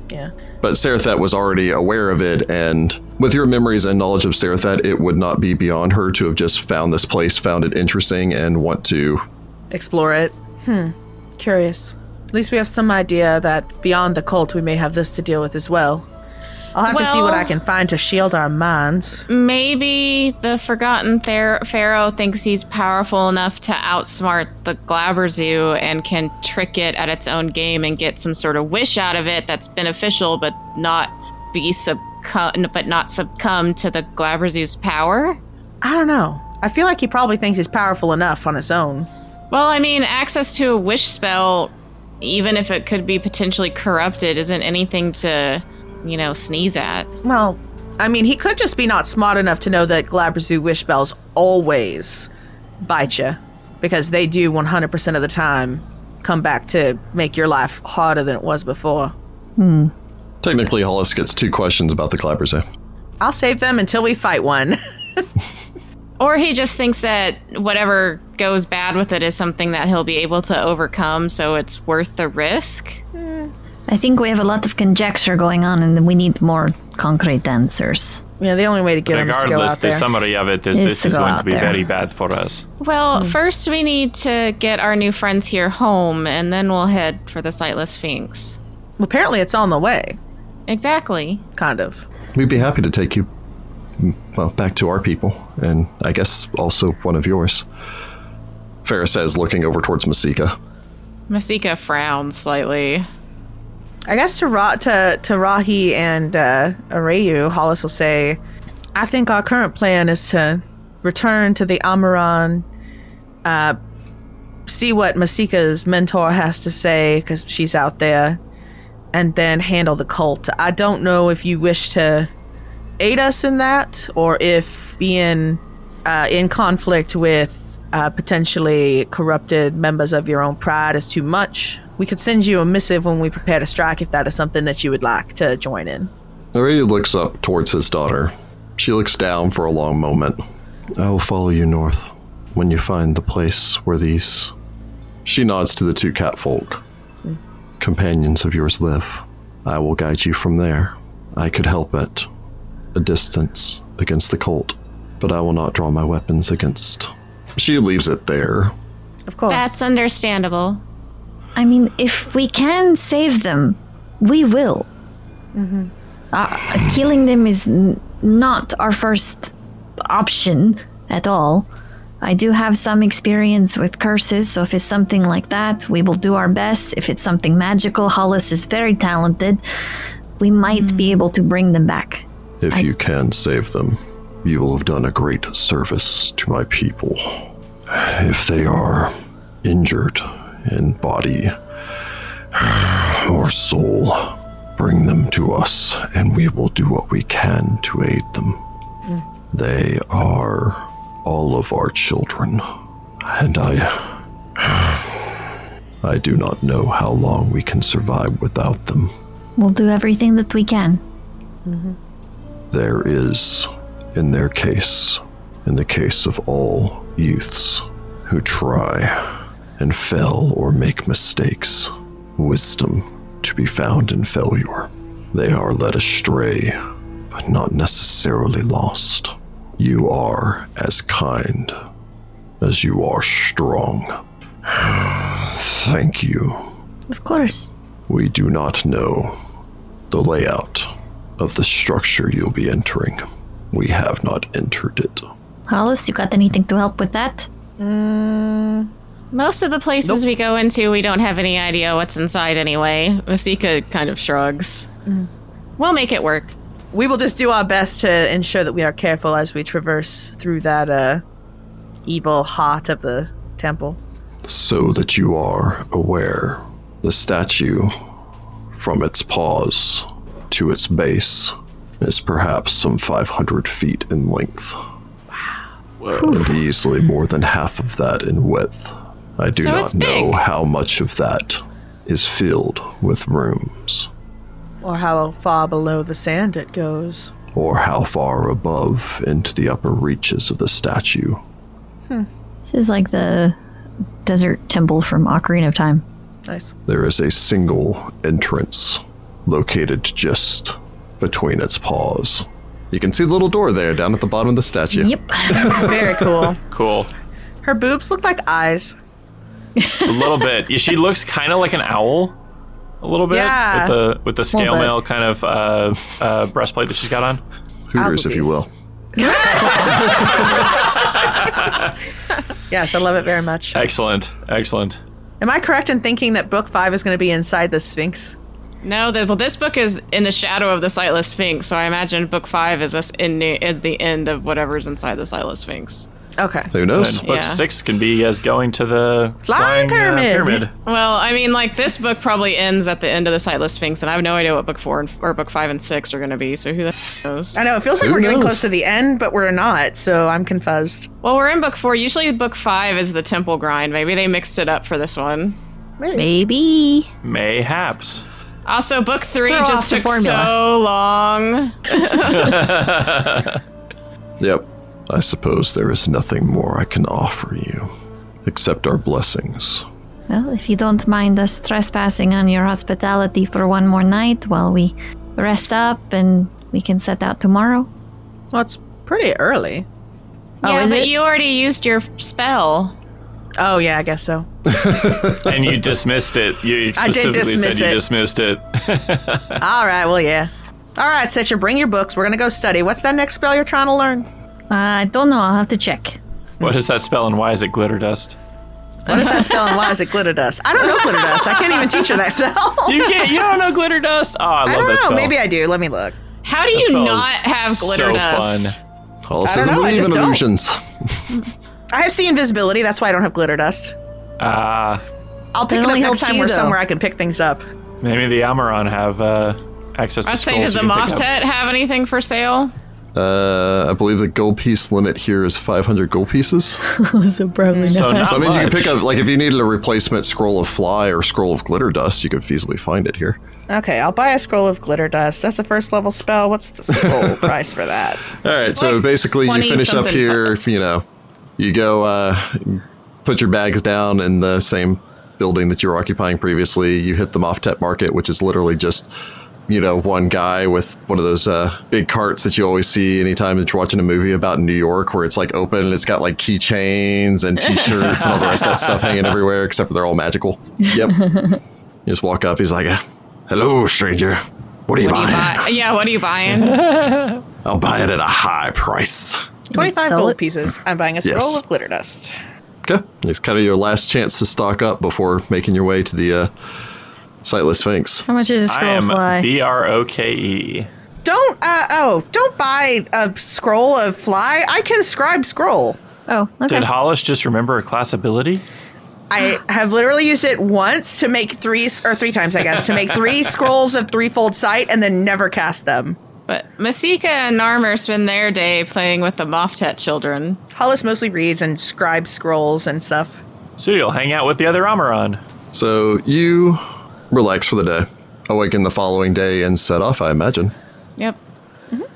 Speaker 3: Yeah.
Speaker 1: But Sarathat was already aware of it, and with your memories and knowledge of Sarathat, it would not be beyond her to have just found this place, found it interesting, and want to.
Speaker 3: explore it. Hmm. Curious. At least we have some idea that beyond the cult, we may have this to deal with as well. I'll have to see what
Speaker 5: Well-
Speaker 3: I can find to shield our minds.
Speaker 5: Maybe the Forgotten Ther- Pharaoh thinks he's powerful enough to outsmart the Glabrezu and can trick it at its own game and get some sort of wish out of it that's beneficial, but not be succumb, but not succumb to the Glabrezu's power.
Speaker 3: I don't know. I feel like he probably thinks he's powerful enough on his own.
Speaker 5: Well, I mean, access to a wish spell, even if it could be potentially corrupted, isn't anything to, you know, sneeze at.
Speaker 3: Well, I mean, he could just be not smart enough to know that Glabrazu wish bells always bite you, because they do 100% of the time come back to make your life harder than it was before.
Speaker 1: Technically, Hollis gets two questions about the Clabberza.
Speaker 3: I'll save them until we fight one.
Speaker 5: Or he just thinks that whatever goes bad with it is something that he'll be able to overcome, so it's worth the risk.
Speaker 4: I think we have a lot of conjecture going on, and we need more concrete answers.
Speaker 3: yeah, the only way to get him is to go
Speaker 2: regardless,
Speaker 3: out
Speaker 2: the
Speaker 3: there.
Speaker 2: summary of it is
Speaker 4: Is
Speaker 2: this
Speaker 4: to
Speaker 2: is
Speaker 4: go
Speaker 2: going to
Speaker 4: out
Speaker 2: be
Speaker 4: there.
Speaker 2: very bad for us.
Speaker 5: Well, first we need to get our new friends here home, and then we'll head for the Sightless Sphinx.
Speaker 3: Apparently, it's on the way.
Speaker 5: Exactly.
Speaker 3: kind of.
Speaker 1: We'd be happy to take you, mm, well, back to our people, and I guess also one of yours. Farah says, looking over towards Masika.
Speaker 5: Masika frowns slightly.
Speaker 3: I guess to Ra- to to Rahi and uh, Areyu, Hollis will say, "I think our current plan is to return to the Amaran, uh, see what Masika's mentor has to say because she's out there, and then handle the cult. I don't know if you wish to aid us in that, or if being uh, in conflict with uh, potentially corrupted members of your own pride is too much. We could send you a missive when we prepare to strike if that is something that you would like to join in.
Speaker 1: Aurelia looks up towards his daughter. She looks down for a long moment. I will follow you north when you find the place where these. She nods to the two catfolk. Companions of yours live. I will guide you from there. I could help at a distance against the cult, but I will not draw my weapons against. She leaves it there.
Speaker 3: Of course.
Speaker 5: That's understandable.
Speaker 4: I mean, if we can save them, we will. Mm-hmm. Uh, killing them is n- not our first option at all. I do have some experience with curses, so if it's something like that, we will do our best. If it's something magical, Hollis is very talented. We might be able to bring them back.
Speaker 1: If you can save them, you will have done a great service to my people. If they are injured in body Or soul, bring them to us, and we will do what we can to aid them. They are all of our children, and I. I do not know how long we can survive without them.
Speaker 4: We'll do everything that we can.
Speaker 1: There is, in their case, in the case of all youths who try and fail or make mistakes, wisdom to be found in failure. They are led astray, but not necessarily lost. You are as kind as you are strong. Thank you.
Speaker 4: Of course.
Speaker 1: We do not know the layout of the structure you'll be entering. We have not entered it.
Speaker 4: Hollis, you got anything to help with that?
Speaker 5: Most of the places we go into, we don't have any idea what's inside anyway. Masika kind of shrugs. We'll make it work.
Speaker 3: We will just do our best to ensure that we are careful as we traverse through that uh, evil heart of the temple.
Speaker 1: So that you are aware, the statue, from its paws to its base, is perhaps some 500 feet in length. And easily more than half of that in width. I do
Speaker 5: So it's
Speaker 1: not know
Speaker 5: big.
Speaker 1: how much of that is filled with rooms.
Speaker 3: Or how far below the sand it goes.
Speaker 1: or how far above into the upper reaches of the statue.
Speaker 4: This is like the desert temple from Ocarina of Time.
Speaker 3: Nice.
Speaker 1: There is a single entrance located just between its paws. You can see the little door there down at the bottom of the statue.
Speaker 4: Yep.
Speaker 3: Very cool.
Speaker 2: Cool.
Speaker 3: Her boobs look like eyes.
Speaker 2: A little bit. Yeah, She looks kind of like an owl. A little bit
Speaker 3: Yeah.
Speaker 2: with the with the scale
Speaker 4: bit.
Speaker 2: mail kind of uh, uh, breastplate that she's got on.
Speaker 1: Hooters, if you will.
Speaker 3: Yes, I love it very much.
Speaker 2: Excellent, excellent.
Speaker 3: Am I correct in thinking that book five is going to be inside the Sphinx?
Speaker 5: No, the, well, this book is in the shadow of the Sightless Sphinx, so I imagine book five is us in the, is the end of whatever's inside the Sightless Sphinx.
Speaker 3: Okay.
Speaker 1: Who knows?
Speaker 2: And book
Speaker 5: Yeah.
Speaker 2: six can be as going to the
Speaker 3: Flying
Speaker 2: flying, uh,
Speaker 3: pyramid.
Speaker 2: pyramid.
Speaker 5: Well, I mean, like this book probably ends at the end of the Sightless Sphinx, and I have no idea what book four and, or book five and six are going to be. So who the f- knows?
Speaker 3: I know it feels like
Speaker 1: Who
Speaker 3: we're getting
Speaker 1: knows?
Speaker 3: close to the end, but we're not, so I'm confused.
Speaker 5: Well, we're in book four. Usually, book five is the temple grind. Maybe they mixed it up for this one.
Speaker 4: Maybe.
Speaker 2: Mayhaps.
Speaker 5: Also, book three
Speaker 4: Throw off
Speaker 5: just
Speaker 4: the
Speaker 5: took
Speaker 4: formula.
Speaker 5: so long.
Speaker 1: Yep. I suppose there is nothing more I can offer you except our blessings.
Speaker 4: Well, if you don't mind us trespassing on your hospitality for one more night while we rest up and we can set out tomorrow.
Speaker 3: Well, it's pretty early.
Speaker 4: Oh,
Speaker 5: yeah,
Speaker 4: is
Speaker 5: but
Speaker 4: it?
Speaker 5: you already used your spell.
Speaker 3: Oh yeah, I guess so.
Speaker 2: and you dismissed it. You
Speaker 3: I did
Speaker 2: specifically
Speaker 3: dismiss
Speaker 2: said
Speaker 3: it.
Speaker 2: you dismissed it.
Speaker 3: All right. Well, yeah. All right, Setcher, bring your books. We're gonna go study. What's that next spell you're trying to learn?
Speaker 4: Uh, I don't know. I'll have to check.
Speaker 2: what is that spell and why is it glitter dust?
Speaker 3: What is that spell and why is it glitter dust? I don't know glitter dust. I can't even teach her that spell.
Speaker 2: You can't. You don't know glitter dust. Oh, I love
Speaker 3: I don't know.
Speaker 2: that spell.
Speaker 3: Maybe I do. Let me look.
Speaker 5: How do you
Speaker 2: spell is
Speaker 5: not have glitter
Speaker 2: so
Speaker 5: dust?
Speaker 1: All
Speaker 3: don't
Speaker 1: says
Speaker 3: know, I
Speaker 1: believe
Speaker 3: just
Speaker 1: in
Speaker 3: don't.
Speaker 1: illusions.
Speaker 3: I have seen invisibility. That's why I don't have glitter dust.
Speaker 2: Ah,
Speaker 3: I'll pick
Speaker 4: That
Speaker 3: it up
Speaker 4: only helps
Speaker 3: next time
Speaker 4: you,
Speaker 3: we're
Speaker 4: though.
Speaker 3: somewhere I can pick things up.
Speaker 2: maybe the Amaran have uh, access
Speaker 5: I
Speaker 2: to
Speaker 5: was saying,
Speaker 2: scrolls.
Speaker 5: does the
Speaker 2: you can pick up.
Speaker 5: Moftet have anything for sale?
Speaker 1: Uh, I believe the gold piece limit here is 500 gold pieces.
Speaker 4: So probably
Speaker 2: So not
Speaker 1: So I mean, you
Speaker 2: much.
Speaker 1: can pick up like if you needed a replacement scroll of fly or scroll of glitter dust, you could feasibly find it here.
Speaker 3: Okay, I'll buy a scroll of glitter dust. That's a first level spell. What's the scroll price for that?
Speaker 1: All right, so
Speaker 5: Like
Speaker 1: basically you
Speaker 5: 20
Speaker 1: finish up
Speaker 5: something.
Speaker 1: here. You know, you go uh, put your bags down in the same building that you were occupying previously. You hit the Moftet Market, which is literally just you know one guy with one of those uh, big carts that you always see anytime that you're watching a movie about New York, where it's like open and it's got like keychains and T-shirts and all the rest of that stuff hanging everywhere, except for they're all magical. Yep. you just walk up. He's like, "Hello, stranger. What are you
Speaker 5: What do you
Speaker 1: buying?
Speaker 5: buy? Yeah, what are you buying?
Speaker 1: I'll buy it at a high price."
Speaker 3: 25
Speaker 4: sell
Speaker 3: gold
Speaker 4: it?
Speaker 3: pieces. I'm buying a scroll
Speaker 1: Yes.
Speaker 3: of glitter dust.
Speaker 1: Okay. It's kind of your last chance to stock up before making your way to the uh, Sightless Sphinx.
Speaker 4: How much is a
Speaker 2: I
Speaker 4: scroll
Speaker 2: am
Speaker 4: fly?
Speaker 2: B R O K E.
Speaker 3: Don't, uh, oh, don't buy a scroll of fly. I can scribe scroll.
Speaker 4: oh, okay.
Speaker 2: Did Hollis just remember a class ability?
Speaker 3: I have literally used it once to make three or three times, I guess, to make three scrolls of threefold sight and then never cast them.
Speaker 5: But Masika and Narmer spend their day playing with the Moftet children.
Speaker 3: Hollis mostly reads and scribes scrolls and stuff.
Speaker 2: So you'll hang out with the other Amaran.
Speaker 1: So you relax for the day, awaken the following day, and set off, I imagine.
Speaker 5: Yep.
Speaker 2: Oh,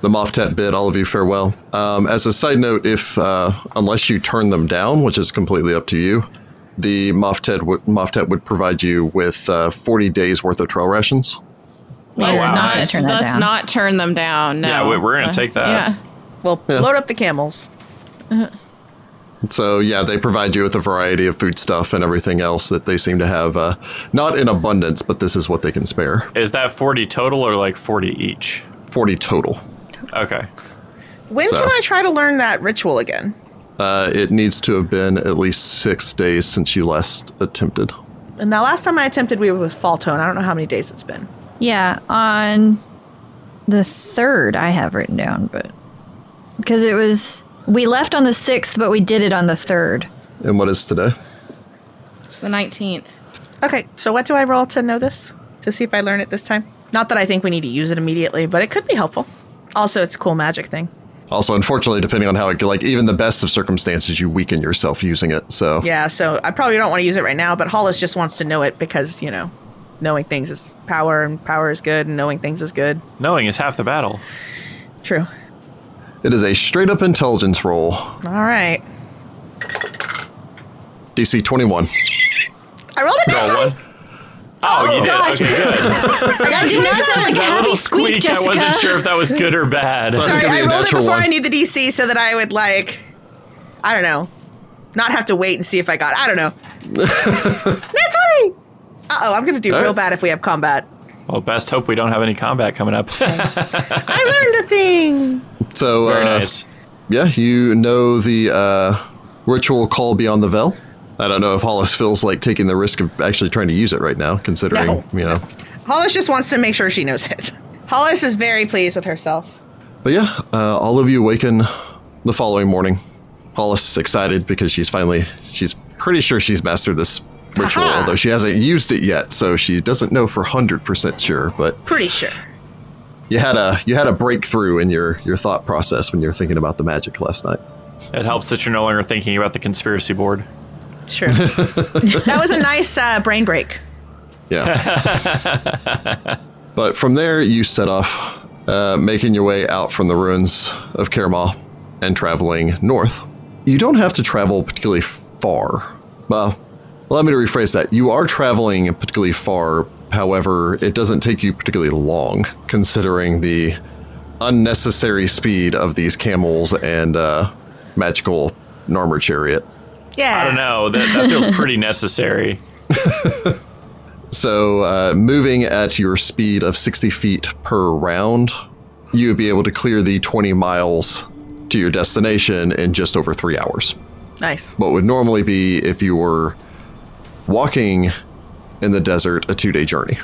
Speaker 1: The Moftet bid all of you farewell. Um, as a side note, if uh, unless you turn them down, which is completely up to you, the Moftet, w- Moftet would provide you with uh, 40 days worth of trail rations.
Speaker 5: Let's
Speaker 2: wow.
Speaker 5: not
Speaker 4: Let's turn that
Speaker 5: let's
Speaker 4: down.
Speaker 5: not turn them down. No. Uh,
Speaker 2: Yeah, we- we're gonna take that.
Speaker 5: Yeah.
Speaker 3: Well,
Speaker 1: Yeah.
Speaker 3: load up the camels.
Speaker 1: So yeah, they provide you with a variety of food stuff and everything else that they seem to have, uh, not in abundance, but this is what they can spare.
Speaker 2: Is that 40 total or like 40 each?
Speaker 1: 40 total.
Speaker 2: Okay.
Speaker 3: When
Speaker 1: So-
Speaker 3: can I try to learn that ritual again?
Speaker 1: Uh, it needs to have been at least six days since you last attempted.
Speaker 3: And the last time I attempted, we were with Faltone. I don't know how many days it's been.
Speaker 4: Yeah, on the third, I have written down, but because it was we left on the sixth, but we did it on the third.
Speaker 1: And what is today?
Speaker 5: It's the nineteenth.
Speaker 3: Okay, so what do I roll to know this? To see if I learn it this time? Not that I think we need to use it immediately, but it could be helpful. Also, it's a cool magic thing.
Speaker 1: Also, unfortunately, depending on how it like even the best of circumstances, you weaken yourself using it. So
Speaker 3: Yeah, so I probably don't want to use it right now, but Hollis just wants to know it because, you know, knowing things is power and power is good and knowing things is good.
Speaker 2: Knowing is half the battle.
Speaker 3: True.
Speaker 1: it is a straight up intelligence roll.
Speaker 3: All right.
Speaker 1: DC twenty one.
Speaker 3: I rolled a
Speaker 2: Roll
Speaker 3: natural.
Speaker 2: one. Oh, you did.
Speaker 4: gosh.
Speaker 2: Okay, good.
Speaker 3: I got a
Speaker 4: You know,
Speaker 3: natural.
Speaker 4: it sounded like a
Speaker 2: That
Speaker 4: happy
Speaker 2: little
Speaker 4: squeak,
Speaker 2: squeak, I
Speaker 4: Jessica.
Speaker 2: wasn't sure if that was good or bad.
Speaker 1: Sorry.
Speaker 3: Sorry,
Speaker 1: gonna be
Speaker 3: I
Speaker 1: a
Speaker 3: rolled it
Speaker 1: natural
Speaker 3: before
Speaker 1: one.
Speaker 3: I knew the DC so that I would, like, I don't know, not have to wait and see if I got I don't know. That's right. Uh oh, I'm going to do
Speaker 1: All
Speaker 3: real
Speaker 1: right.
Speaker 3: bad if we have combat.
Speaker 2: Well, best hope we don't have any combat coming up.
Speaker 3: I learned a thing.
Speaker 1: So
Speaker 2: Very
Speaker 1: uh,
Speaker 2: nice.
Speaker 1: yeah, you know the uh, ritual call beyond the veil. I don't know if Hollis feels like taking the risk of actually trying to use it right now, considering
Speaker 3: No.
Speaker 1: you know.
Speaker 3: Hollis just wants to make sure she knows it. Hollis is very pleased with herself.
Speaker 1: But yeah, uh, all of you awaken the following morning. Hollis is excited because she's finally she's pretty sure she's mastered this ritual,
Speaker 3: Aha.
Speaker 1: although she hasn't used it yet, so she doesn't know for hundred percent sure. But
Speaker 3: Pretty sure.
Speaker 1: you had a you had a breakthrough in your your thought process when you were thinking about the magic last night.
Speaker 2: It helps that you're no longer thinking about the conspiracy board.
Speaker 3: It's true. that was a nice uh, brain break.
Speaker 1: Yeah. but from there, you set off, uh, making your way out from the ruins of Kermal and traveling north. You don't have to travel particularly far. Well, let me rephrase that. You are traveling particularly far, however, it doesn't take you particularly long, considering the unnecessary speed of these camels and uh, magical Narmer chariot.
Speaker 3: Yeah.
Speaker 2: I don't know. That, that feels pretty necessary.
Speaker 1: So, uh, moving at your speed of 60 feet per round, you would be able to clear the 20 miles to your destination in just over three hours.
Speaker 3: Nice.
Speaker 1: What would normally be if you were walking in the desert a two day journey.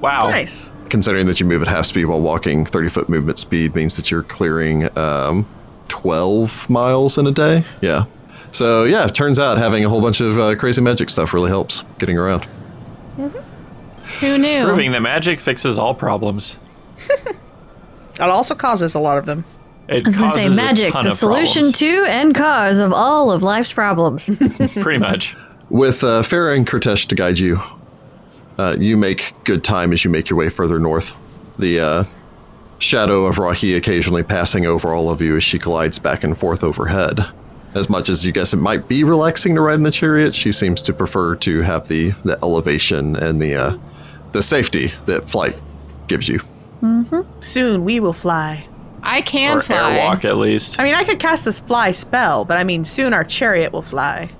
Speaker 2: Wow.
Speaker 3: Nice.
Speaker 1: Considering that you move at half speed while walking, 30 foot movement speed means that you're clearing um, 12 miles in a day. Yeah. So, yeah, it turns out having a whole bunch of uh, crazy magic stuff really helps getting around.
Speaker 5: Who knew?
Speaker 2: Proving that magic fixes all problems.
Speaker 3: It also causes a lot of them.
Speaker 2: It
Speaker 4: I was gonna say
Speaker 2: causes a
Speaker 4: magic,
Speaker 2: ton
Speaker 4: the
Speaker 2: of
Speaker 4: solution
Speaker 2: problems,
Speaker 4: to and cause of all of life's problems.
Speaker 2: pretty much.
Speaker 1: With uh, Farah and Kurtesh to guide you, uh, you make good time as you make your way further north. The uh, shadow of Rahi occasionally passing over all of you as she glides back and forth overhead. As much as you guess it might be relaxing to ride in the chariot, she seems to prefer to have the, the elevation and the uh, the safety that flight gives you.
Speaker 3: Soon we will fly.
Speaker 5: I can
Speaker 2: Or
Speaker 5: fly.
Speaker 2: airwalk at least.
Speaker 3: I mean, I could cast this fly spell, but I mean, soon our chariot will fly.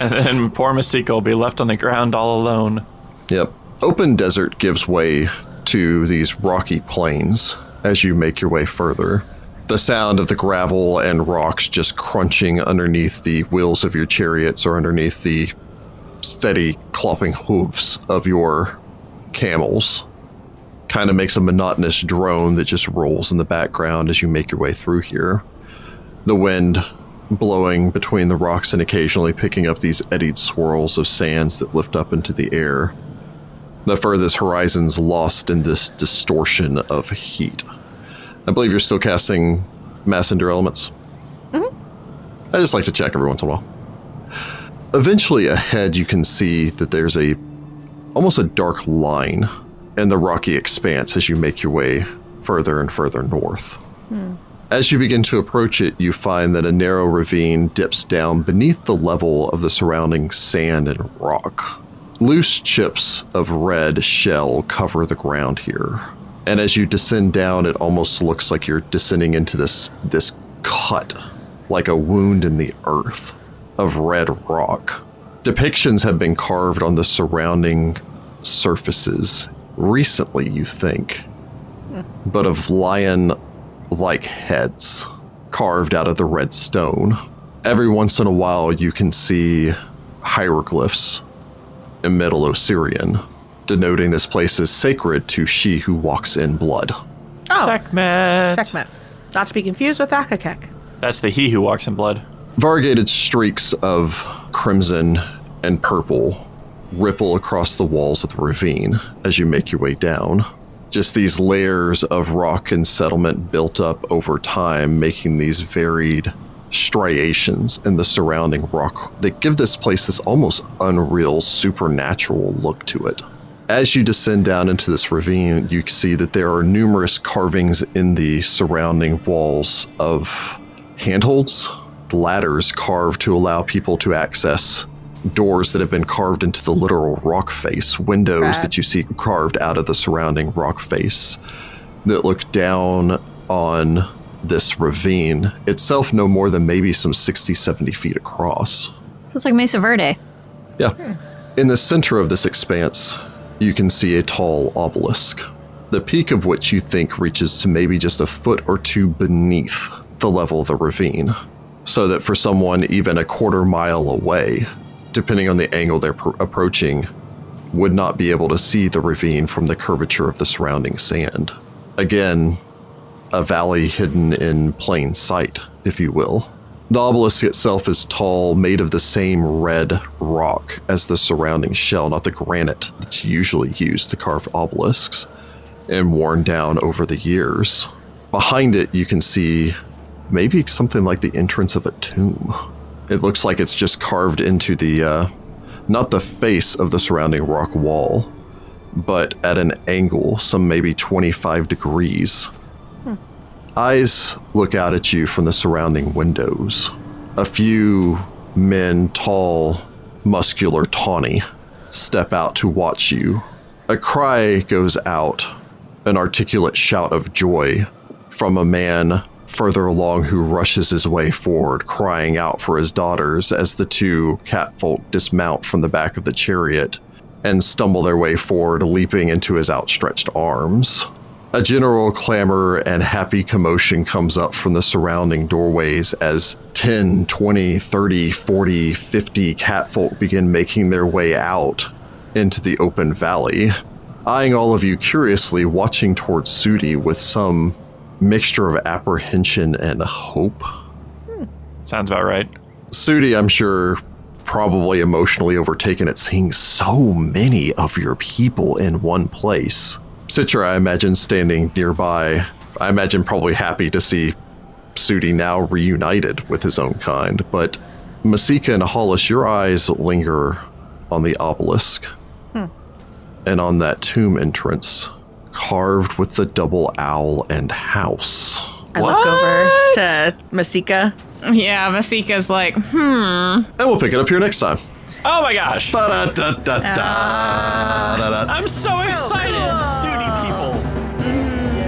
Speaker 2: And then poor Masika will be left on the ground all alone.
Speaker 1: Yep. Open desert gives way to these rocky plains as you make your way further. The sound of the gravel and rocks just crunching underneath the wheels of your chariots or underneath the steady clopping hooves of your camels kind of makes a monotonous drone that just rolls in the background as you make your way through here. The wind blowing between the rocks and occasionally picking up these eddied swirls of sands that lift up into the air. The furthest horizon's lost in this distortion of heat. I believe you're still casting Mass Endure Elements. I just like to check every once in a while. Eventually, ahead, you can see that there's a almost a dark line in the rocky expanse as you make your way further and further north. As you begin to approach it, you find that a narrow ravine dips down beneath the level of the surrounding sand and rock. Loose chips of red shell cover the ground here. And as you descend down, it almost looks like you're descending into this this cut, like a wound in the earth of red rock. Depictions have been carved on the surrounding surfaces recently, you think, but of lion like heads carved out of the red stone. Every once in a while, you can see hieroglyphs in Middle Osirian, denoting this place as sacred to she who walks in blood.
Speaker 3: Oh,
Speaker 2: Sekhmet.
Speaker 3: Sekhmet. Not to be confused with Akakek.
Speaker 2: That's the he who walks in blood.
Speaker 1: Variegated streaks of crimson and purple ripple across the walls of the ravine as you make your way down. Just these layers of rock and settlement built up over time, making these varied striations in the surrounding rock that give this place this almost unreal supernatural look to it. As you descend down into this ravine, you see that there are numerous carvings in the surrounding walls of handholds, ladders carved to allow people to access doors that have been carved into the literal rock face, windows
Speaker 3: Right.
Speaker 1: that you see carved out of the surrounding rock face that look down on this ravine itself no more than maybe some 60 70 feet across
Speaker 4: It's like Mesa Verde.
Speaker 1: yeah. In the center of this expanse, you can see a tall obelisk, the peak of which you think reaches to maybe just a foot or two beneath the level of the ravine, so that for someone even a quarter mile away, depending on the angle they're pr- approaching, would not be able to see the ravine from the curvature of the surrounding sand. Again, a valley hidden in plain sight, if you will. The obelisk itself is tall, made of the same red rock as the surrounding shell, not the granite that's usually used to carve obelisks, and worn down over the years. Behind it, you can see maybe something like the entrance of a tomb. It looks like it's just carved into the, uh, not the face of the surrounding rock wall, but at an angle, some maybe 25 degrees Eyes look out at you from the surrounding windows. A few men, tall, muscular, tawny, step out to watch you. A cry goes out, an articulate shout of joy from a man further along who rushes his way forward, crying out for his daughters as the two catfolk dismount from the back of the chariot and stumble their way forward, leaping into his outstretched arms. A general clamor and happy commotion comes up from the surrounding doorways as 10, 20, 30, 40, 50 catfolk begin making their way out into the open valley, eyeing all of you curiously, watching towards Sudi with some mixture of apprehension and hope.
Speaker 2: Sounds about right.
Speaker 1: Sudi, I'm sure, probably emotionally overtaken at seeing so many of your people in one place. Citra, I imagine, standing nearby. I imagine probably happy to see Sudi now reunited with his own kind. But Masika and Hollis, your eyes linger on the obelisk and on that tomb entrance carved with the double owl and house.
Speaker 3: I look over to Masika.
Speaker 5: Yeah, Masika's like, hmm.
Speaker 1: And we'll pick it up here next time.
Speaker 2: Oh my gosh.
Speaker 1: Ba-da-da-da-da. Da-da.
Speaker 2: I'm so, excited. Sudi people.